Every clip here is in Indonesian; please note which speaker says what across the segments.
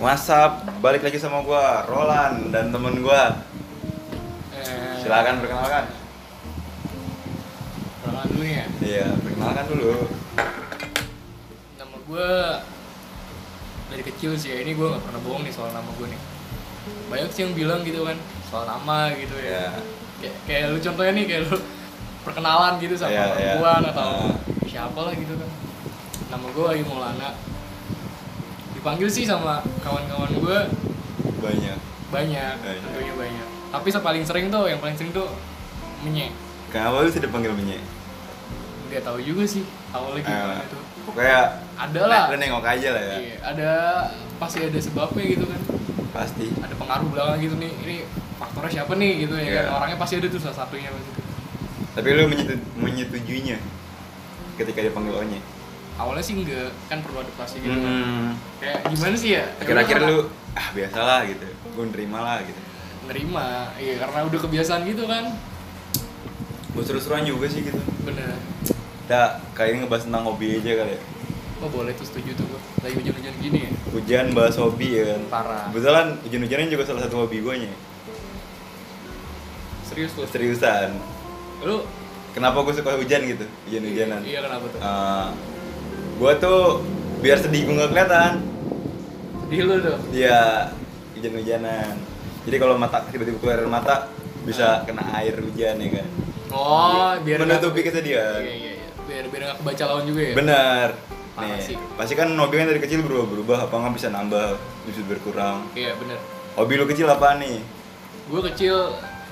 Speaker 1: WhatsApp balik lagi sama gua Roland dan temen gua.
Speaker 2: Eh,
Speaker 1: Silakan perkenalkan.
Speaker 2: perkenalan dulu nih ya
Speaker 1: Iya, perkenalkan dulu.
Speaker 2: nama gue dari kecil sih ya ini gue gak pernah bohong nih soal nama gue nih banyak sih yang bilang gitu kan soal nama gitu ya
Speaker 1: Iya.
Speaker 2: kayak, kayak lu contohnya nih kayak lu perkenalan gitu sama
Speaker 1: Iya, iya.
Speaker 2: perempuan atau
Speaker 1: Ah.
Speaker 2: siapa lah gitu kan nama gue Ayu Maulana dipanggil sih sama kawan-kawan gue
Speaker 1: Banyak.
Speaker 2: banyak
Speaker 1: Banyak.
Speaker 2: tentunya banyak tapi yang paling sering tuh yang paling sering tuh menye
Speaker 1: Kenapa lu sih dipanggil Menye?
Speaker 2: nggak tahu juga sih awalnya gimana
Speaker 1: Eh,
Speaker 2: tuh
Speaker 1: Pokoknya
Speaker 2: ada lah
Speaker 1: Lu nengok aja lah ya.
Speaker 2: Iya, ada pasti ada sebabnya gitu kan
Speaker 1: Pasti.
Speaker 2: ada pengaruh belakang gitu nih ini faktornya siapa nih gitu ya
Speaker 1: Iya.
Speaker 2: kan orangnya pasti ada tuh salah satunya pasti tuh.
Speaker 1: Tapi lu menyetu- menyetujuinya ketika dipanggil Onye.
Speaker 2: awalnya sih enggak kan perlu adaptasi gitu kan
Speaker 1: Hmm.
Speaker 2: kayak gimana sih ya
Speaker 1: Akhir-akhir
Speaker 2: Ya udah,
Speaker 1: lu ah biasalah gitu. Gua nerima lah gitu.
Speaker 2: nerima iya karena udah kebiasaan gitu kan
Speaker 1: Gua seru-seruan juga sih gitu.
Speaker 2: bener
Speaker 1: Kita kali ini ngebahas tentang hobi aja kali ya.
Speaker 2: oh boleh tuh setuju tuh gua. lagi hujan-hujan gini ya
Speaker 1: Hujan bahas hobi ya kan.
Speaker 2: Parah.
Speaker 1: Kebetulan hujan-hujannya juga salah satu hobi gue nya.
Speaker 2: serius tuh
Speaker 1: Seriusan.
Speaker 2: lu
Speaker 1: Kenapa gue suka hujan gitu? Hujan-hujanan.
Speaker 2: iya kenapa tuh
Speaker 1: gue tuh biar sedih gue nggak kelihatan.
Speaker 2: di lu tuh
Speaker 1: Iya hujan-hujanan. Jadi kalau mata tiba-tiba keluar air mata
Speaker 2: Ah.
Speaker 1: bisa kena air hujan ya kan.
Speaker 2: oh biar nggak-
Speaker 1: Menutupi kesedihan.
Speaker 2: iya iya iya biar biar nggak kebaca lawan juga ya
Speaker 1: Bener.
Speaker 2: Parah
Speaker 1: Nih,
Speaker 2: sih.
Speaker 1: pasti kan hobi kan dari kecil berubah-berubah, apa nggak bisa nambah, bisa berkurang.
Speaker 2: iya bener
Speaker 1: Hobi lu kecil apa nih?
Speaker 2: gue kecil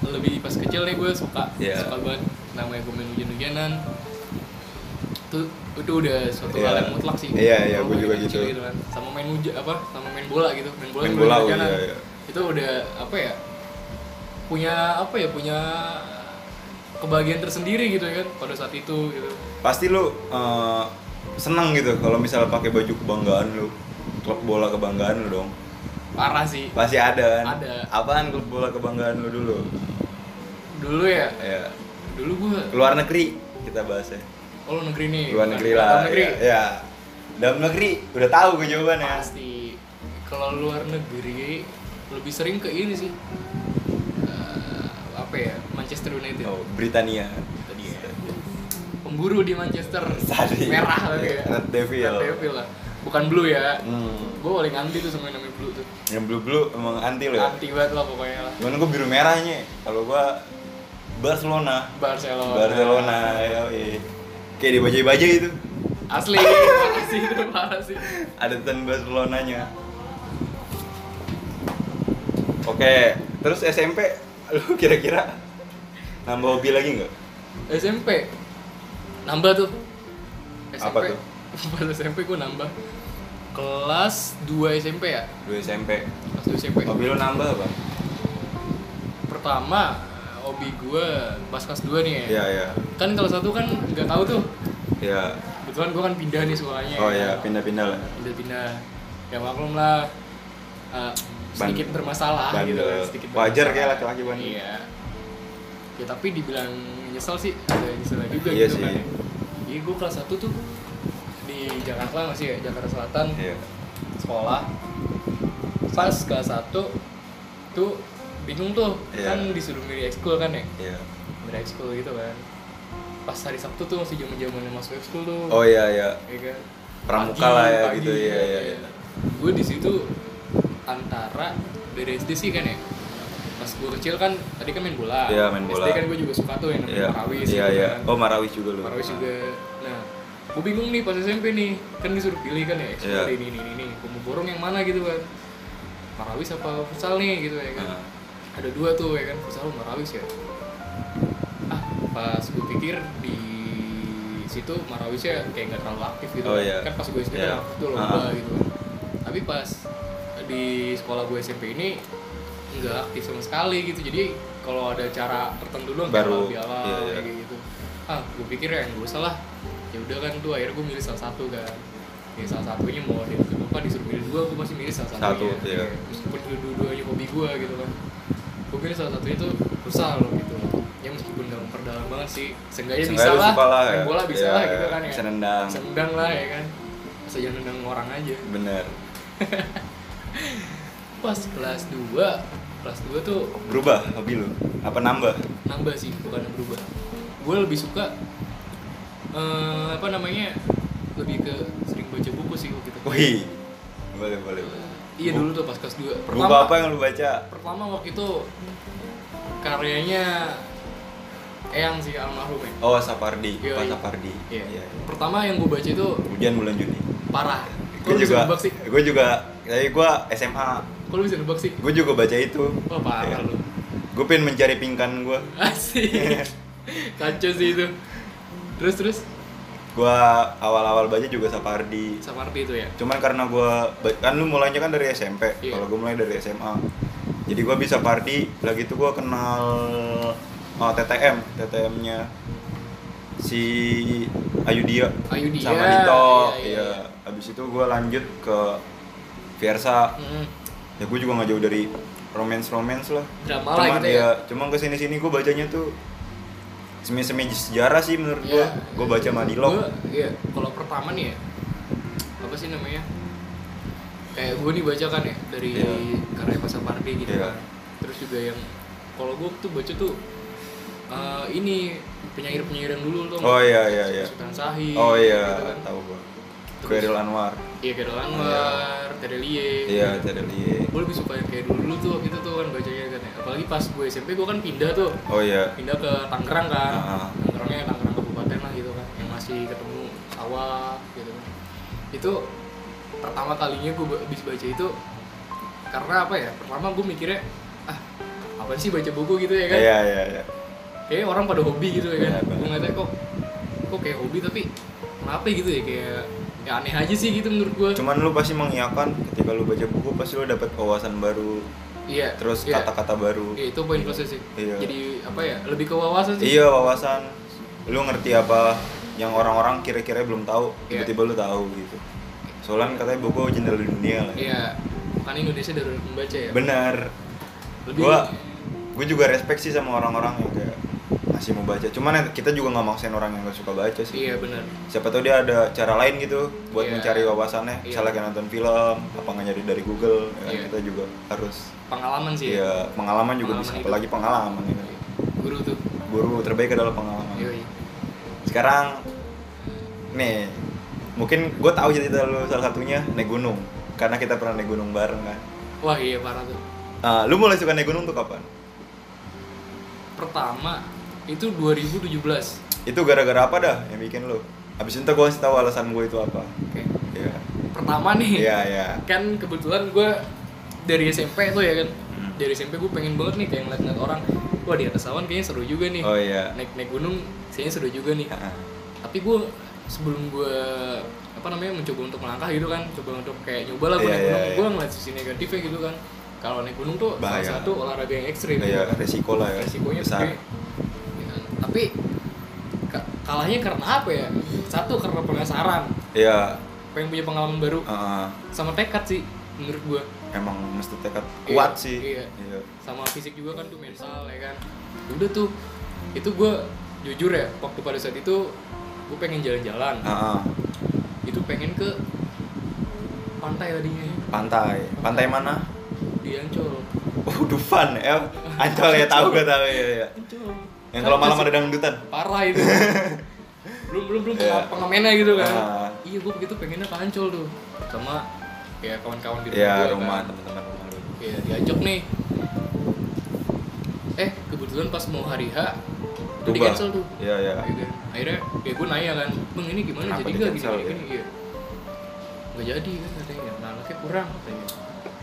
Speaker 2: lebih pas kecil nih gue suka
Speaker 1: Iya.
Speaker 2: suka banget namanya gue main hujan-hujanan itu itu udah suatu
Speaker 1: Iya.
Speaker 2: hal yang mutlak sih
Speaker 1: Iya, iya,
Speaker 2: Kalau
Speaker 1: gua
Speaker 2: dari
Speaker 1: juga
Speaker 2: kecil
Speaker 1: gitu.
Speaker 2: kan. sama main hujan apa sama main bola gitu main bola
Speaker 1: Main
Speaker 2: sambil
Speaker 1: bola, oh,
Speaker 2: hujanan.
Speaker 1: iya, iya.
Speaker 2: itu udah apa ya punya apa ya punya kebahagiaan tersendiri gitu ya kan pada saat itu gitu
Speaker 1: pasti lu eh, seneng gitu kalau misalnya pakai baju kebanggaan lu klub bola kebanggaan lu dong
Speaker 2: parah sih
Speaker 1: pasti ada kan
Speaker 2: Iya. Ada.
Speaker 1: apaan klub bola kebanggaan lu dulu
Speaker 2: dulu ya
Speaker 1: ya
Speaker 2: dulu gue
Speaker 1: luar negeri kita bahasnya
Speaker 2: oh lu negeri nih
Speaker 1: luar
Speaker 2: bukan
Speaker 1: negeri
Speaker 2: dalam
Speaker 1: lah
Speaker 2: negeri.
Speaker 1: ya, ya. dalam negeri udah tahu gue jawabannya
Speaker 2: pasti kalau luar negeri lebih sering ke ini sih Eh, apa ya Manchester United
Speaker 1: oh Britania
Speaker 2: tadi ya pemburu di Manchester
Speaker 1: Tadi.
Speaker 2: merah lagi ya
Speaker 1: Red Devil.
Speaker 2: Red Devil lah bukan blue ya
Speaker 1: hmm.
Speaker 2: gue paling anti tuh sama yang namanya blue tuh
Speaker 1: yang blue blue emang anti lo ya
Speaker 2: anti banget lah pokoknya lah
Speaker 1: cuman gue biru merahnya kalau gue Barcelona
Speaker 2: Barcelona
Speaker 1: Barcelona ya kayak dibajai-bajai itu
Speaker 2: asli parah sih itu parah sih
Speaker 1: ada tan Barcelonanya. Oke, terus SMP lu kira-kira nambah hobi lagi nggak?
Speaker 2: SMP nambah tuh SMP
Speaker 1: Apa tuh?
Speaker 2: pas SMP gue nambah kelas 2 SMP ya
Speaker 1: Lu SMP.
Speaker 2: kelas 2 SMP
Speaker 1: Hobi lu nambah apa?
Speaker 2: pertama hobi gue pas kelas 2 nih ya
Speaker 1: Iya, iya.
Speaker 2: kan kalau satu kan nggak tahu tuh
Speaker 1: Iya.
Speaker 2: kebetulan gue kan pindah nih sekolahnya
Speaker 1: Oh iya, pindah-pindah lah.
Speaker 2: pindah pindah ya maklum lah eh, sedikit
Speaker 1: Bandel.
Speaker 2: bermasalah gitu kan
Speaker 1: Bandel.
Speaker 2: sedikit
Speaker 1: Wajar
Speaker 2: bermasalah.
Speaker 1: kayak laki-laki bandel.
Speaker 2: iya ya tapi dibilang nyesel sih ada nyesel juga
Speaker 1: Iya
Speaker 2: gitu
Speaker 1: sih.
Speaker 2: kan jadi gue kelas 1 tuh di Jakarta masih ya Jakarta Selatan
Speaker 1: Iya.
Speaker 2: sekolah pas kelas 1 tuh bingung tuh
Speaker 1: Iya.
Speaker 2: kan disuruh milih ekskul kan ya
Speaker 1: Iya.
Speaker 2: milih ekskul gitu kan pas hari Sabtu tuh masih zaman zamannya masuk ekskul tuh
Speaker 1: Oh iya, iya.
Speaker 2: ya kan
Speaker 1: Pramuka
Speaker 2: Pagi,
Speaker 1: lah ya
Speaker 2: pagi,
Speaker 1: gitu. Iya, iya, iya.
Speaker 2: gue di situ antara dari SD sih kan ya pas gue kecil kan tadi kan main bola
Speaker 1: Iya, main bola.
Speaker 2: SD kan gue juga suka tuh yang namanya
Speaker 1: Iya.
Speaker 2: marawis
Speaker 1: Iya,
Speaker 2: gitu
Speaker 1: iya.
Speaker 2: kan.
Speaker 1: Oh, Marawis juga lu.
Speaker 2: Marawis juga. Nah, gue bingung nih pas SMP nih, kan disuruh pilih kan ya, ekskul
Speaker 1: Iya.
Speaker 2: ini ini ini, ini. Gue mau borong yang mana gitu kan. Marawis apa futsal nih gitu ya kan.
Speaker 1: Heeh.
Speaker 2: Ada dua tuh ya kan, futsal sama Marawis ya. Ah, pas gue pikir di situ Marawisnya kayak nggak terlalu aktif gitu.
Speaker 1: Oh, iya.
Speaker 2: Kan pas gue SD
Speaker 1: Iya.
Speaker 2: kan aktif tuh lomba
Speaker 1: Heeh.
Speaker 2: gitu. Tapi pas di sekolah gue SMP ini nggak aktif sama sekali gitu jadi kalau ada cara tertentu doang kayak
Speaker 1: Baru,
Speaker 2: biala
Speaker 1: iya, iya.
Speaker 2: kayak gitu ah gue pikir ya nggak usah lah ya udah kan tuh akhirnya gue milih salah satu kan ya salah satunya mau ada yang apa disuruh milih dua gue pasti milih salah
Speaker 1: Satu,
Speaker 2: satunya
Speaker 1: iya.
Speaker 2: meskipun dua-duanya hobi gue gitu kan gue pilih salah satunya tuh futsal loh gitu ya meskipun gak memperdalam banget sih seenggaknya
Speaker 1: Seenggaknya lu
Speaker 2: bisa lah,
Speaker 1: suka lah,
Speaker 2: main
Speaker 1: ya.
Speaker 2: bola bisa
Speaker 1: Iya,
Speaker 2: lah
Speaker 1: iya.
Speaker 2: gitu kan ya
Speaker 1: Bisa nendang.
Speaker 2: bisa nendang lah ya kan asal jangan nendang orang aja
Speaker 1: Bener.
Speaker 2: pas kelas 2 kelas 2 tuh
Speaker 1: Berubah hobi lu? Apa nambah?
Speaker 2: nambah sih bukan berubah gue lebih suka eh, apa namanya lebih ke sering baca buku sih waktu itu
Speaker 1: Wih, boleh boleh. boleh.
Speaker 2: iya dulu tuh pas kelas 2
Speaker 1: Buku apa yang lu baca?
Speaker 2: pertama waktu itu karyanya Eyang sih almarhum ya
Speaker 1: Oh, Sapardi,
Speaker 2: Yoi.
Speaker 1: Pak Sapardi.
Speaker 2: Iya.
Speaker 1: Iya.
Speaker 2: pertama yang gue baca itu
Speaker 1: Hujan bulan Juni.
Speaker 2: parah
Speaker 1: Gue
Speaker 2: Kok lu bisa
Speaker 1: juga,
Speaker 2: nebak sih?
Speaker 1: gue juga, tapi gue SMA,
Speaker 2: Kok lu bisa nebak sih?
Speaker 1: gue juga baca itu.
Speaker 2: Wah Oh, parah
Speaker 1: Iya.
Speaker 2: lu
Speaker 1: Gue pengen mencari pingkan gue. Iya.
Speaker 2: Asik Kacau sih itu Terus terus
Speaker 1: Gue awal-awal baca juga Sapardi.
Speaker 2: Sapardi itu ya
Speaker 1: Cuman karena gue, kan lu mulainya kan dari SMP.
Speaker 2: Iya.
Speaker 1: Kalau gue mulai dari SMA. Jadi gue bisa Sapardi. Lagi itu gue kenal oh, TTM, TTM-nya si Ayudya
Speaker 2: Ayudhya,
Speaker 1: sama Dito.
Speaker 2: iya, iya,
Speaker 1: Iya. Abis itu gue lanjut ke Versa.
Speaker 2: Mm,
Speaker 1: ya gue juga nggak jauh dari romance romance lah
Speaker 2: Drama lah
Speaker 1: cuman iya,
Speaker 2: gitu ya.
Speaker 1: cuman kesini sini gue bacanya tuh semi semi sejarah sih menurut gue
Speaker 2: Iya.
Speaker 1: gue baca Madilog
Speaker 2: Gua- Iya Kalau pertama nih ya Apa sih namanya? Kayak gue nih baca kan ya Dari
Speaker 1: Iya.
Speaker 2: karya Pak Sapardi gitu
Speaker 1: Iya.
Speaker 2: kan Terus juga yang Kalau gue tuh baca tuh eh, Ini Penyair-penyair yang dulu tuh
Speaker 1: oh iya iya iya
Speaker 2: Sultan Sahid
Speaker 1: oh iya
Speaker 2: gitu kan.
Speaker 1: tahu gue
Speaker 2: Terus-
Speaker 1: Khairil Anwar
Speaker 2: Iya Kedol Anwar Terelie
Speaker 1: iya Cadelie
Speaker 2: gue lebih suka yang kayak dulu dulu tuh waktu itu tuh kan bacanya kan ya apalagi pas gue SMP gue kan pindah tuh
Speaker 1: oh iya
Speaker 2: pindah ke Tangerang kan
Speaker 1: Ah.
Speaker 2: Tangerangnya Tangerang kabupaten lah gitu kan yang masih ketemu sawah gitu kan itu pertama kalinya gue ba- habis baca itu karena apa ya pertama gue mikirnya ah apa sih baca buku gitu ya kan
Speaker 1: iya iya iya
Speaker 2: kayak orang pada hobi gitu ya kan
Speaker 1: Iya,
Speaker 2: gue ngeliatnya kok kok kayak hobi tapi kenapa gitu ya kayak ya aneh aja sih gitu menurut gue
Speaker 1: cuman lu pasti mengiakan ketika lu baca buku pasti lu dapet wawasan baru
Speaker 2: iya
Speaker 1: terus
Speaker 2: iya.
Speaker 1: kata-kata baru
Speaker 2: Iya, itu poin plusnya sih.
Speaker 1: Iya.
Speaker 2: Jadi apa ya? Lebih ke wawasan sih.
Speaker 1: iya wawasan lu ngerti apa yang orang-orang kira-kira belum tahu
Speaker 2: Iya.
Speaker 1: tiba-tiba lu tahu gitu soalnya katanya buku jendela dunia lah
Speaker 2: Iya. Bukan Indonesia dari membaca ya.
Speaker 1: benar
Speaker 2: Lebih
Speaker 1: gua gua juga respect sih sama orang-orang yang kayak masih mau baca cuman ya kita juga nggak maksain orang yang gak suka baca sih
Speaker 2: Iya, benar.
Speaker 1: siapa tahu dia ada cara lain gitu buat
Speaker 2: Iya.
Speaker 1: mencari wawasannya
Speaker 2: Iya.
Speaker 1: misalnya kayak nonton film apa nggak nyari dari Google ya kan
Speaker 2: Iya.
Speaker 1: kita juga harus
Speaker 2: Pengalaman sih. ya.
Speaker 1: iya pengalaman juga
Speaker 2: Pengalaman
Speaker 1: bisa
Speaker 2: hidup.
Speaker 1: apalagi pengalaman ya kan.
Speaker 2: Guru tuh.
Speaker 1: guru terbaik adalah pengalaman
Speaker 2: Yoi.
Speaker 1: sekarang nih mungkin gue tahu cerita lu salah satunya naik gunung karena kita pernah naik gunung bareng kan
Speaker 2: Wah, iya parah tuh.
Speaker 1: Ah, lu mulai suka naik gunung tuh kapan
Speaker 2: Pertama itu 2017.
Speaker 1: itu gara-gara apa dah yang bikin lu abis itu gue kasih tahu alasan gue itu apa
Speaker 2: Oke.
Speaker 1: iya
Speaker 2: Pertama nih.
Speaker 1: iya iya
Speaker 2: Kan kebetulan gua dari SMP tuh ya kan.
Speaker 1: Hmm.
Speaker 2: Dari SMP gue pengen banget nih kayak ngeliat-ngeliat orang. Wah, di atas awan kayaknya seru juga nih.
Speaker 1: oh iya Ah,
Speaker 2: Naik-naik gunung kayaknya seru juga nih. tapi gue sebelum gue apa namanya mencoba untuk melangkah gitu kan coba untuk kayak nyoba lah gue
Speaker 1: Iya,
Speaker 2: naik
Speaker 1: iya,
Speaker 2: gunung
Speaker 1: iya.
Speaker 2: gue ngeliat sisi negatifnya gitu kan kalau naik gunung tuh
Speaker 1: Bahaya.
Speaker 2: salah satu olahraga yang ekstrim
Speaker 1: iya
Speaker 2: gitu kan.
Speaker 1: resiko lah ya
Speaker 2: resikonya
Speaker 1: besar
Speaker 2: gede. Ya kan. tapi ka- kalahnya karena apa ya satu karena penasaran
Speaker 1: iya
Speaker 2: pengen punya pengalaman baru
Speaker 1: ah,
Speaker 2: sama tekad sih menurut gue
Speaker 1: emang mesti tekad
Speaker 2: Iya,
Speaker 1: kuat sih
Speaker 2: iya.
Speaker 1: iya
Speaker 2: sama fisik juga kan tuh mental ya kan udah tuh itu gue jujur ya waktu pada saat itu gue pengen jalan-jalan
Speaker 1: Ah, ah.
Speaker 2: itu pengen ke pantai tadinya
Speaker 1: pantai pantai mana
Speaker 2: di Ancol
Speaker 1: Oh, Dufan ya, Ancol ya tahu gue tahu ya, ya.
Speaker 2: Ancol
Speaker 1: Yang kalau malam ada dangdutan.
Speaker 2: parah itu belum belum belum
Speaker 1: Iya.
Speaker 2: yeah. pengamennya gitu kan
Speaker 1: Ah.
Speaker 2: iya gue begitu pengennya ke Ancol tuh sama ya kawan-kawan gitu
Speaker 1: Iya, rumah teman-teman rumah lu.
Speaker 2: ya diajak nih eh kebetulan pas mau hari H itu di
Speaker 1: Berubah.
Speaker 2: cancel tuh
Speaker 1: Iya, iya.
Speaker 2: Ya kan? akhirnya ya gue nanya kan bang ini gimana
Speaker 1: Kenapa
Speaker 2: jadi gak gini
Speaker 1: di-cancel,
Speaker 2: gini,
Speaker 1: ya?
Speaker 2: gini iya nggak jadi kan katanya nah anaknya kurang katanya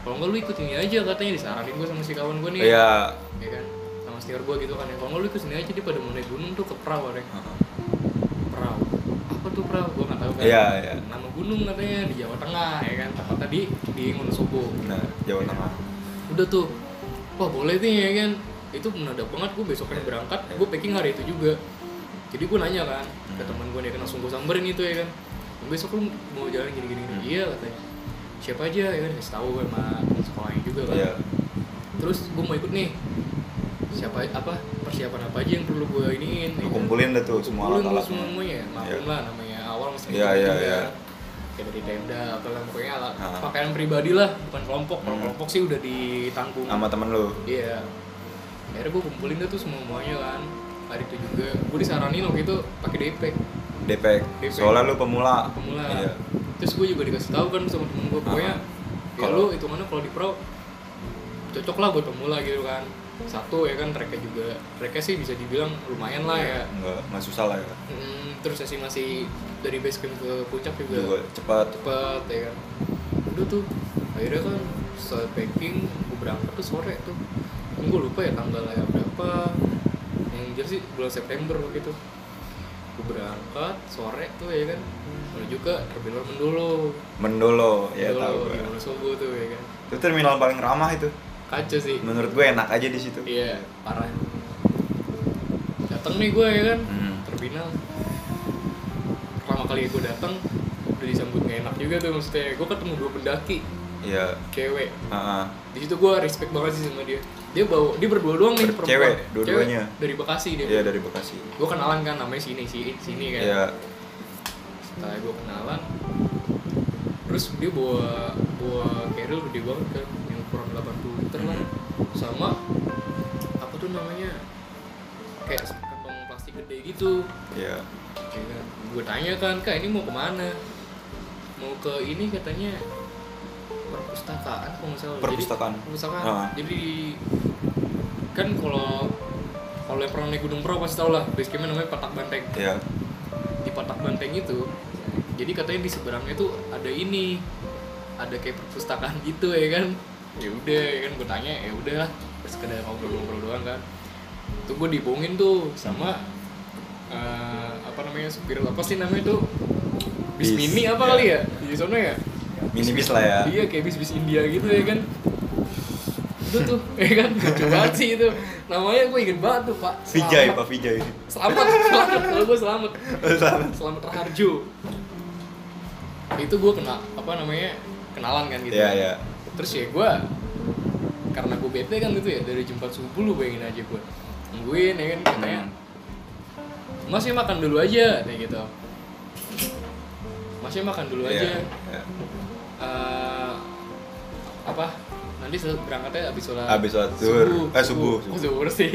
Speaker 2: kalau nggak lu ikut ini aja katanya disaranin gue sama si kawan gue nih
Speaker 1: Iya.
Speaker 2: ya kan sama senior gue gitu kan ya kalau nggak lu ikut sini aja dia pada mau naik gunung tuh ke perahu ada perahu apa tuh perahu gue nggak tahu kan
Speaker 1: Iya, iya.
Speaker 2: nama gunung katanya di Jawa Tengah ya kan tempat tadi di Wonosobo
Speaker 1: Nah, Jawa Tengah.
Speaker 2: udah tuh wah boleh nih ya kan itu mendadak banget gue besoknya berangkat gue packing hari itu juga jadi gue nanya kan ke
Speaker 1: Hmm.
Speaker 2: teman gue nih kan langsung gue samberin itu ya kan besok lu mau jalan gini gini,
Speaker 1: Hmm.
Speaker 2: gini. iya katanya siapa aja ya kan kasih tahu gue sama teman sekolahnya juga kan
Speaker 1: Iya.
Speaker 2: terus gue mau ikut nih siapa apa persiapan apa aja yang perlu gue iniin ya
Speaker 1: Lu
Speaker 2: kan?
Speaker 1: kumpulin dah tuh semua
Speaker 2: Kumpulin
Speaker 1: alat-alat.
Speaker 2: semua semuanya maklum
Speaker 1: Iya.
Speaker 2: lah namanya awal masih
Speaker 1: Iya,
Speaker 2: gitu
Speaker 1: iya,
Speaker 2: juga.
Speaker 1: iya.
Speaker 2: kayak dari tenda apalah pokoknya ala,
Speaker 1: Ah.
Speaker 2: pakaian pribadi lah bukan kelompok kalau
Speaker 1: Hmm.
Speaker 2: kelompok sih udah ditanggung
Speaker 1: sama temen lu
Speaker 2: Iya. Akhirnya gue kumpulin dah tuh semua semuanya kan. Hari itu juga gue disaranin waktu itu pakai DP
Speaker 1: depek
Speaker 2: Depek.
Speaker 1: E. soalnya lu pemula
Speaker 2: E. pemula.
Speaker 1: iya
Speaker 2: Terus gue juga dikasih tahu kan sama temen gue pokoknya
Speaker 1: Ah.
Speaker 2: ya
Speaker 1: Kalau-
Speaker 2: lu hitungannya kalau di pro cocok lah buat pemula gitu kan. Satu ya kan tracknya juga tracknya sih bisa dibilang lumayan lah ya.
Speaker 1: nggak nggak susah lah ya
Speaker 2: Mm, terus sesi masih dari base camp ke puncak
Speaker 1: juga
Speaker 2: juga
Speaker 1: cepat
Speaker 2: cepet ya kan. Udah tuh akhirnya kan setelah packing gue berangkat tuh sore tuh. Gue lupa ya tanggalnya berapa. Yang jelas sih bulan September waktu itu. Gue berangkat sore tuh ya kan. Menuju ke terminal Mendolo.
Speaker 1: mendolo ya
Speaker 2: Mendolo,
Speaker 1: tahu
Speaker 2: di
Speaker 1: gue
Speaker 2: Wonosobo tuh ya kan.
Speaker 1: itu terminal paling ramah itu
Speaker 2: Kacau sih.
Speaker 1: menurut gue enak aja di situ
Speaker 2: Iya, parah. Datang nih gue ya kan.
Speaker 1: Hmm.
Speaker 2: terminal pertama kali gue datang udah disambut gak enak juga tuh maksudnya gue ketemu dua pendaki
Speaker 1: iya
Speaker 2: cewek
Speaker 1: Heeh.
Speaker 2: di situ gue respect banget sih sama dia dia bawa dia berdua doang nih
Speaker 1: Ber-
Speaker 2: perempuan
Speaker 1: cewek, dua-duanya.
Speaker 2: Cewek, dari Bekasi dia
Speaker 1: iya dari bekasi
Speaker 2: gue kenalan kan namanya sini sini sini kan
Speaker 1: iya
Speaker 2: setelah gue kenalan terus dia bawa bawa keril gede banget kan yang kurang 80 liter lah sama apa tuh namanya kayak kantong plastik gede gitu
Speaker 1: iya
Speaker 2: gue tanya kan kak ini mau kemana mau ke ini katanya perpustakaan kalau nggak salah Jadi-
Speaker 1: Perpustakaan.
Speaker 2: perpustakaan
Speaker 1: Ah.
Speaker 2: jadi kan kalau kalau yang pernah naik gunung pro pasti tau lah base campnya namanya patak banteng
Speaker 1: iya
Speaker 2: di patak banteng itu jadi katanya di seberangnya tuh ada ini ada kayak perpustakaan gitu ya kan ya udah ya kan gue tanya ya udah terus sekedar ngobrol-ngobrol doang kan itu gue dibohongin tuh sama eh, apa namanya supir apa sih namanya tuh
Speaker 1: Bis,
Speaker 2: bis, mini apa
Speaker 1: ya.
Speaker 2: kali ya di sana ya
Speaker 1: minibis lah ya
Speaker 2: iya kayak bis bis India gitu ya kan itu tuh ya kan lucu banget sih itu namanya gue inget banget tuh pak
Speaker 1: Vijay
Speaker 2: Selamat.
Speaker 1: pak Vijay
Speaker 2: selamat selamat kalau gue selamat
Speaker 1: Selamat.
Speaker 2: selamat Raharjo itu gue kena apa namanya kenalan kan gitu
Speaker 1: Iya, iya.
Speaker 2: terus ya gue karena gue bete kan gitu ya dari jam 4 subuh lu bayangin aja gue nungguin ya kan katanya
Speaker 1: Hmm.
Speaker 2: masih makan dulu aja kayak gitu masih makan dulu
Speaker 1: Iya,
Speaker 2: aja
Speaker 1: iya.
Speaker 2: Eh, apa nanti se- berangkatnya abis sholat
Speaker 1: Abis sholat zuhur. Eh, subuh, subuh.
Speaker 2: subuh, Zuhur sih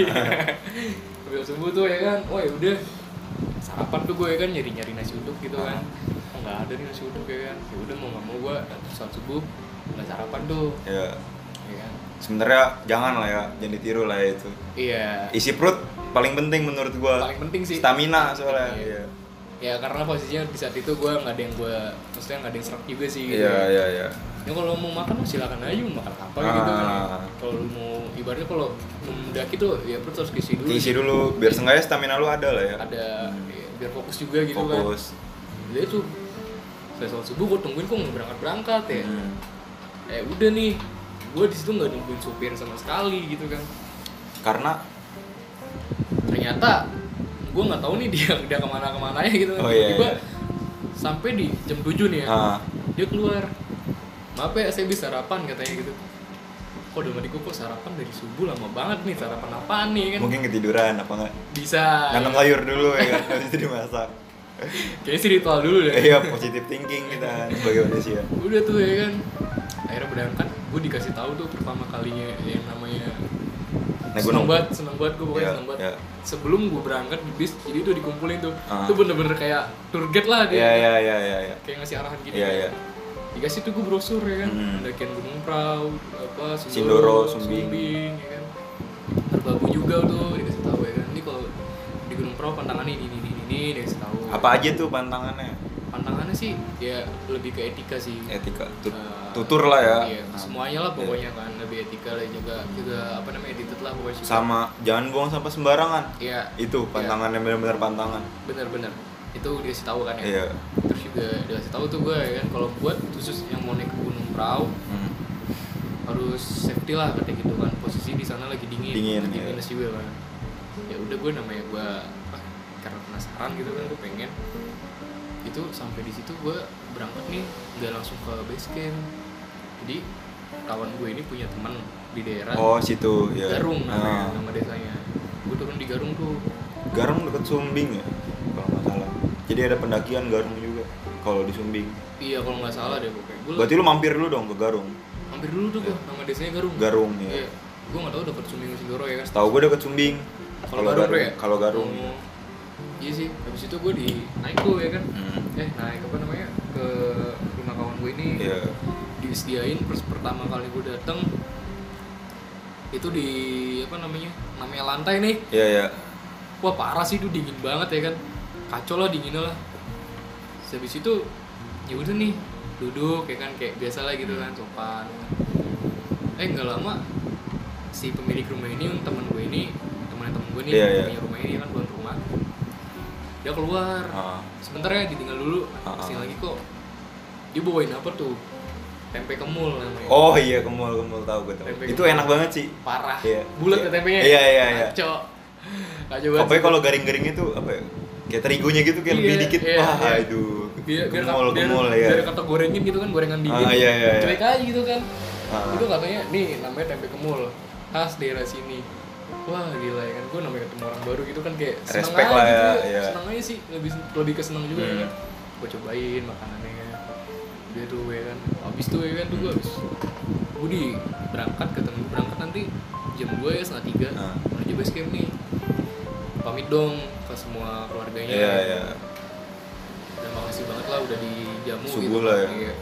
Speaker 2: abis subuh tuh ya kan wah udah sarapan tuh gue ya kan nyari nyari nasi uduk gitu kan oh, nggak ada nih nasi uduk ya kan ya udah mau nggak mau gue abis sholat subuh nggak sarapan tuh
Speaker 1: Iya.
Speaker 2: ya kan
Speaker 1: Sebenarnya jangan lah ya, jangan ditiru lah ya itu.
Speaker 2: iya
Speaker 1: Isi perut paling penting menurut gua.
Speaker 2: Paling penting sih.
Speaker 1: Stamina soalnya.
Speaker 2: Iya.
Speaker 1: Iya.
Speaker 2: ya karena posisinya di saat itu gue nggak ada yang gue maksudnya nggak ada yang serak juga sih gitu
Speaker 1: Iya,
Speaker 2: ya.
Speaker 1: iya, iya.
Speaker 2: ya kalau mau makan mah silakan aja mau makan apa gitu kan ya.
Speaker 1: Ah.
Speaker 2: kalau lu mau ibaratnya kalau mau mendaki tuh ya perut harus diisi dulu
Speaker 1: Isi dulu biar sengaja stamina lu ada lah ya.
Speaker 2: ada ya, biar fokus juga gitu kan
Speaker 1: Fokus.
Speaker 2: dia tuh saya sholat subuh gue tungguin kok nggak berangkat berangkat ya
Speaker 1: Hmm.
Speaker 2: eh udah nih gue di situ nggak nungguin supir sama sekali gitu kan
Speaker 1: Karena
Speaker 2: ternyata gue nggak tahu nih dia dia kemana kemana ya gitu
Speaker 1: Oh, iya,
Speaker 2: tiba
Speaker 1: iya.
Speaker 2: sampai di jam 7 nih ya
Speaker 1: Ah.
Speaker 2: dia keluar maaf ya saya bisa sarapan katanya gitu kok udah mati kok sarapan dari subuh lama banget nih sarapan apaan nih kan
Speaker 1: mungkin ketiduran apa enggak?
Speaker 2: bisa
Speaker 1: Nanam sayur dulu ya kan, habis itu dimasak.
Speaker 2: kayaknya sih ritual dulu deh
Speaker 1: Iya, positive thinking kita kan sebagai manusia.
Speaker 2: udah tuh ya kan akhirnya berangkat gue dikasih tahu tuh pertama kalinya yang namanya
Speaker 1: Naik gunung.
Speaker 2: seneng banget seneng banget gue pokoknya
Speaker 1: Iya,
Speaker 2: seneng banget
Speaker 1: iya.
Speaker 2: sebelum gue berangkat di bis jadi tuh dikumpulin tuh
Speaker 1: Ah.
Speaker 2: itu bener-bener kayak tour guide lah dia
Speaker 1: Iya, iya, iya, iya, iya.
Speaker 2: kayak ngasih arahan gitu
Speaker 1: Iya, iya.
Speaker 2: dikasih tuh gue brosur ya kan
Speaker 1: Hmm.
Speaker 2: ada kian gunung prau apa
Speaker 1: Sindoro, Sumbing.
Speaker 2: ya kan terbabu juga tuh dikasih tahu ya kan ini kalau di gunung prau pantangannya ini ini ini, ini dikasih tahu
Speaker 1: Apa aja tuh pantangannya?
Speaker 2: pantangannya sih ya lebih ke etika sih
Speaker 1: Etika tut-
Speaker 2: Eh,
Speaker 1: tutur lah ya.
Speaker 2: iya,
Speaker 1: Ah.
Speaker 2: semuanya lah pokoknya kan lebih etika lah juga juga apa namanya edited lah pokoknya
Speaker 1: sama jangan buang sampah sembarangan
Speaker 2: ya
Speaker 1: itu pantangan yang benar-benar pantangan
Speaker 2: bener-bener itu dikasih tahu kan ya
Speaker 1: iya
Speaker 2: terus juga dikasih tahu tuh gue ya kan kalau buat khusus yang mau naik ke gunung prau
Speaker 1: Hmm.
Speaker 2: harus safety lah kata gitu kan posisi di sana lagi dingin,
Speaker 1: Dingin,
Speaker 2: lagi
Speaker 1: iya.
Speaker 2: minus juga kan ya udah gue namanya gue ah, karena penasaran gitu kan gue pengen itu sampai di situ gue berangkat nih nggak langsung ke base camp jadi kawan gue ini punya teman di daerah
Speaker 1: oh situ ya
Speaker 2: Garung
Speaker 1: Ah.
Speaker 2: namanya nama desanya gue turun di Garung tuh
Speaker 1: Garung deket Sumbing ya kalau nggak salah jadi ada pendakian Garung juga kalau di Sumbing.
Speaker 2: iya kalau nggak salah deh pokoknya gue
Speaker 1: Berarti lu mampir dulu dong ke Garung.
Speaker 2: hampir dulu tuh gue nama desanya Garung
Speaker 1: Garung ya.
Speaker 2: iya gue nggak tahu dapat Sumbing Sindoro ya kan
Speaker 1: Tahu gue deket Sumbing.
Speaker 2: kalau Garung tuh ya
Speaker 1: Kalau Garung.
Speaker 2: Oh, iya sih habis itu gue di naik tuh ya kan
Speaker 1: Hmm.
Speaker 2: eh naik apa namanya ke rumah kawan gue ini
Speaker 1: Iya.
Speaker 2: disediain pers pertama kali gue dateng itu di apa namanya namanya lantai nih
Speaker 1: Iya ya.
Speaker 2: wah parah sih itu dingin banget ya kan kacau lah dinginnya lah Terus habis itu ya udah nih duduk ya kan kayak biasa lah gitu kan sopan eh nggak lama si pemilik rumah ini teman gue ini teman teman gue nih
Speaker 1: Iya, iya.
Speaker 2: punya rumah ini ya kan bukan rumah dia keluar
Speaker 1: Ah.
Speaker 2: sebentar ya ditinggal dulu
Speaker 1: Ah, ah.
Speaker 2: kesini lagi kok dia bawain apa tuh tempe kemul namanya
Speaker 1: Oh iya kemul kemul tahu gue tahu.
Speaker 2: Tempe
Speaker 1: Itu
Speaker 2: kemul.
Speaker 1: enak banget sih.
Speaker 2: parah
Speaker 1: Iya.
Speaker 2: bulat
Speaker 1: Iya.
Speaker 2: ya tempenya
Speaker 1: Iya, iya, iya.
Speaker 2: kacau kacau banget
Speaker 1: Apalagi kalau garing-garing itu apa ya? Kayak terigunya gitu kayak lebih
Speaker 2: Iya,
Speaker 1: dikit.
Speaker 2: iya,
Speaker 1: Wah,
Speaker 2: iya.
Speaker 1: aduh.
Speaker 2: biar biar
Speaker 1: kemul
Speaker 2: biar,
Speaker 1: kemul ya.
Speaker 2: biar kata gorengin gitu kan gorengan dingin
Speaker 1: Ah, iya, iya, iya.
Speaker 2: cuek aja gitu kan
Speaker 1: Ah.
Speaker 2: itu katanya nih namanya tempe kemul khas daerah sini wah gila ya kan gue namanya ketemu orang baru gitu kan kayak seneng
Speaker 1: Respect
Speaker 2: aja
Speaker 1: lah
Speaker 2: gitu
Speaker 1: ya, iya.
Speaker 2: seneng aja sih lebih lebih keseneng juga ya
Speaker 1: Hmm.
Speaker 2: kan gue cobain makanannya dia tuh ya kan habis tuh ya kan tuh gue habis gue di berangkat ketemu berangkat nanti jam dua ya setengah tiga
Speaker 1: Ah.
Speaker 2: menuju base camp nih pamit dong ke semua keluarganya
Speaker 1: Iya iya.
Speaker 2: dan makasih banget lah udah dijamu
Speaker 1: Subuh
Speaker 2: gitu.
Speaker 1: lah ya.
Speaker 2: Iya.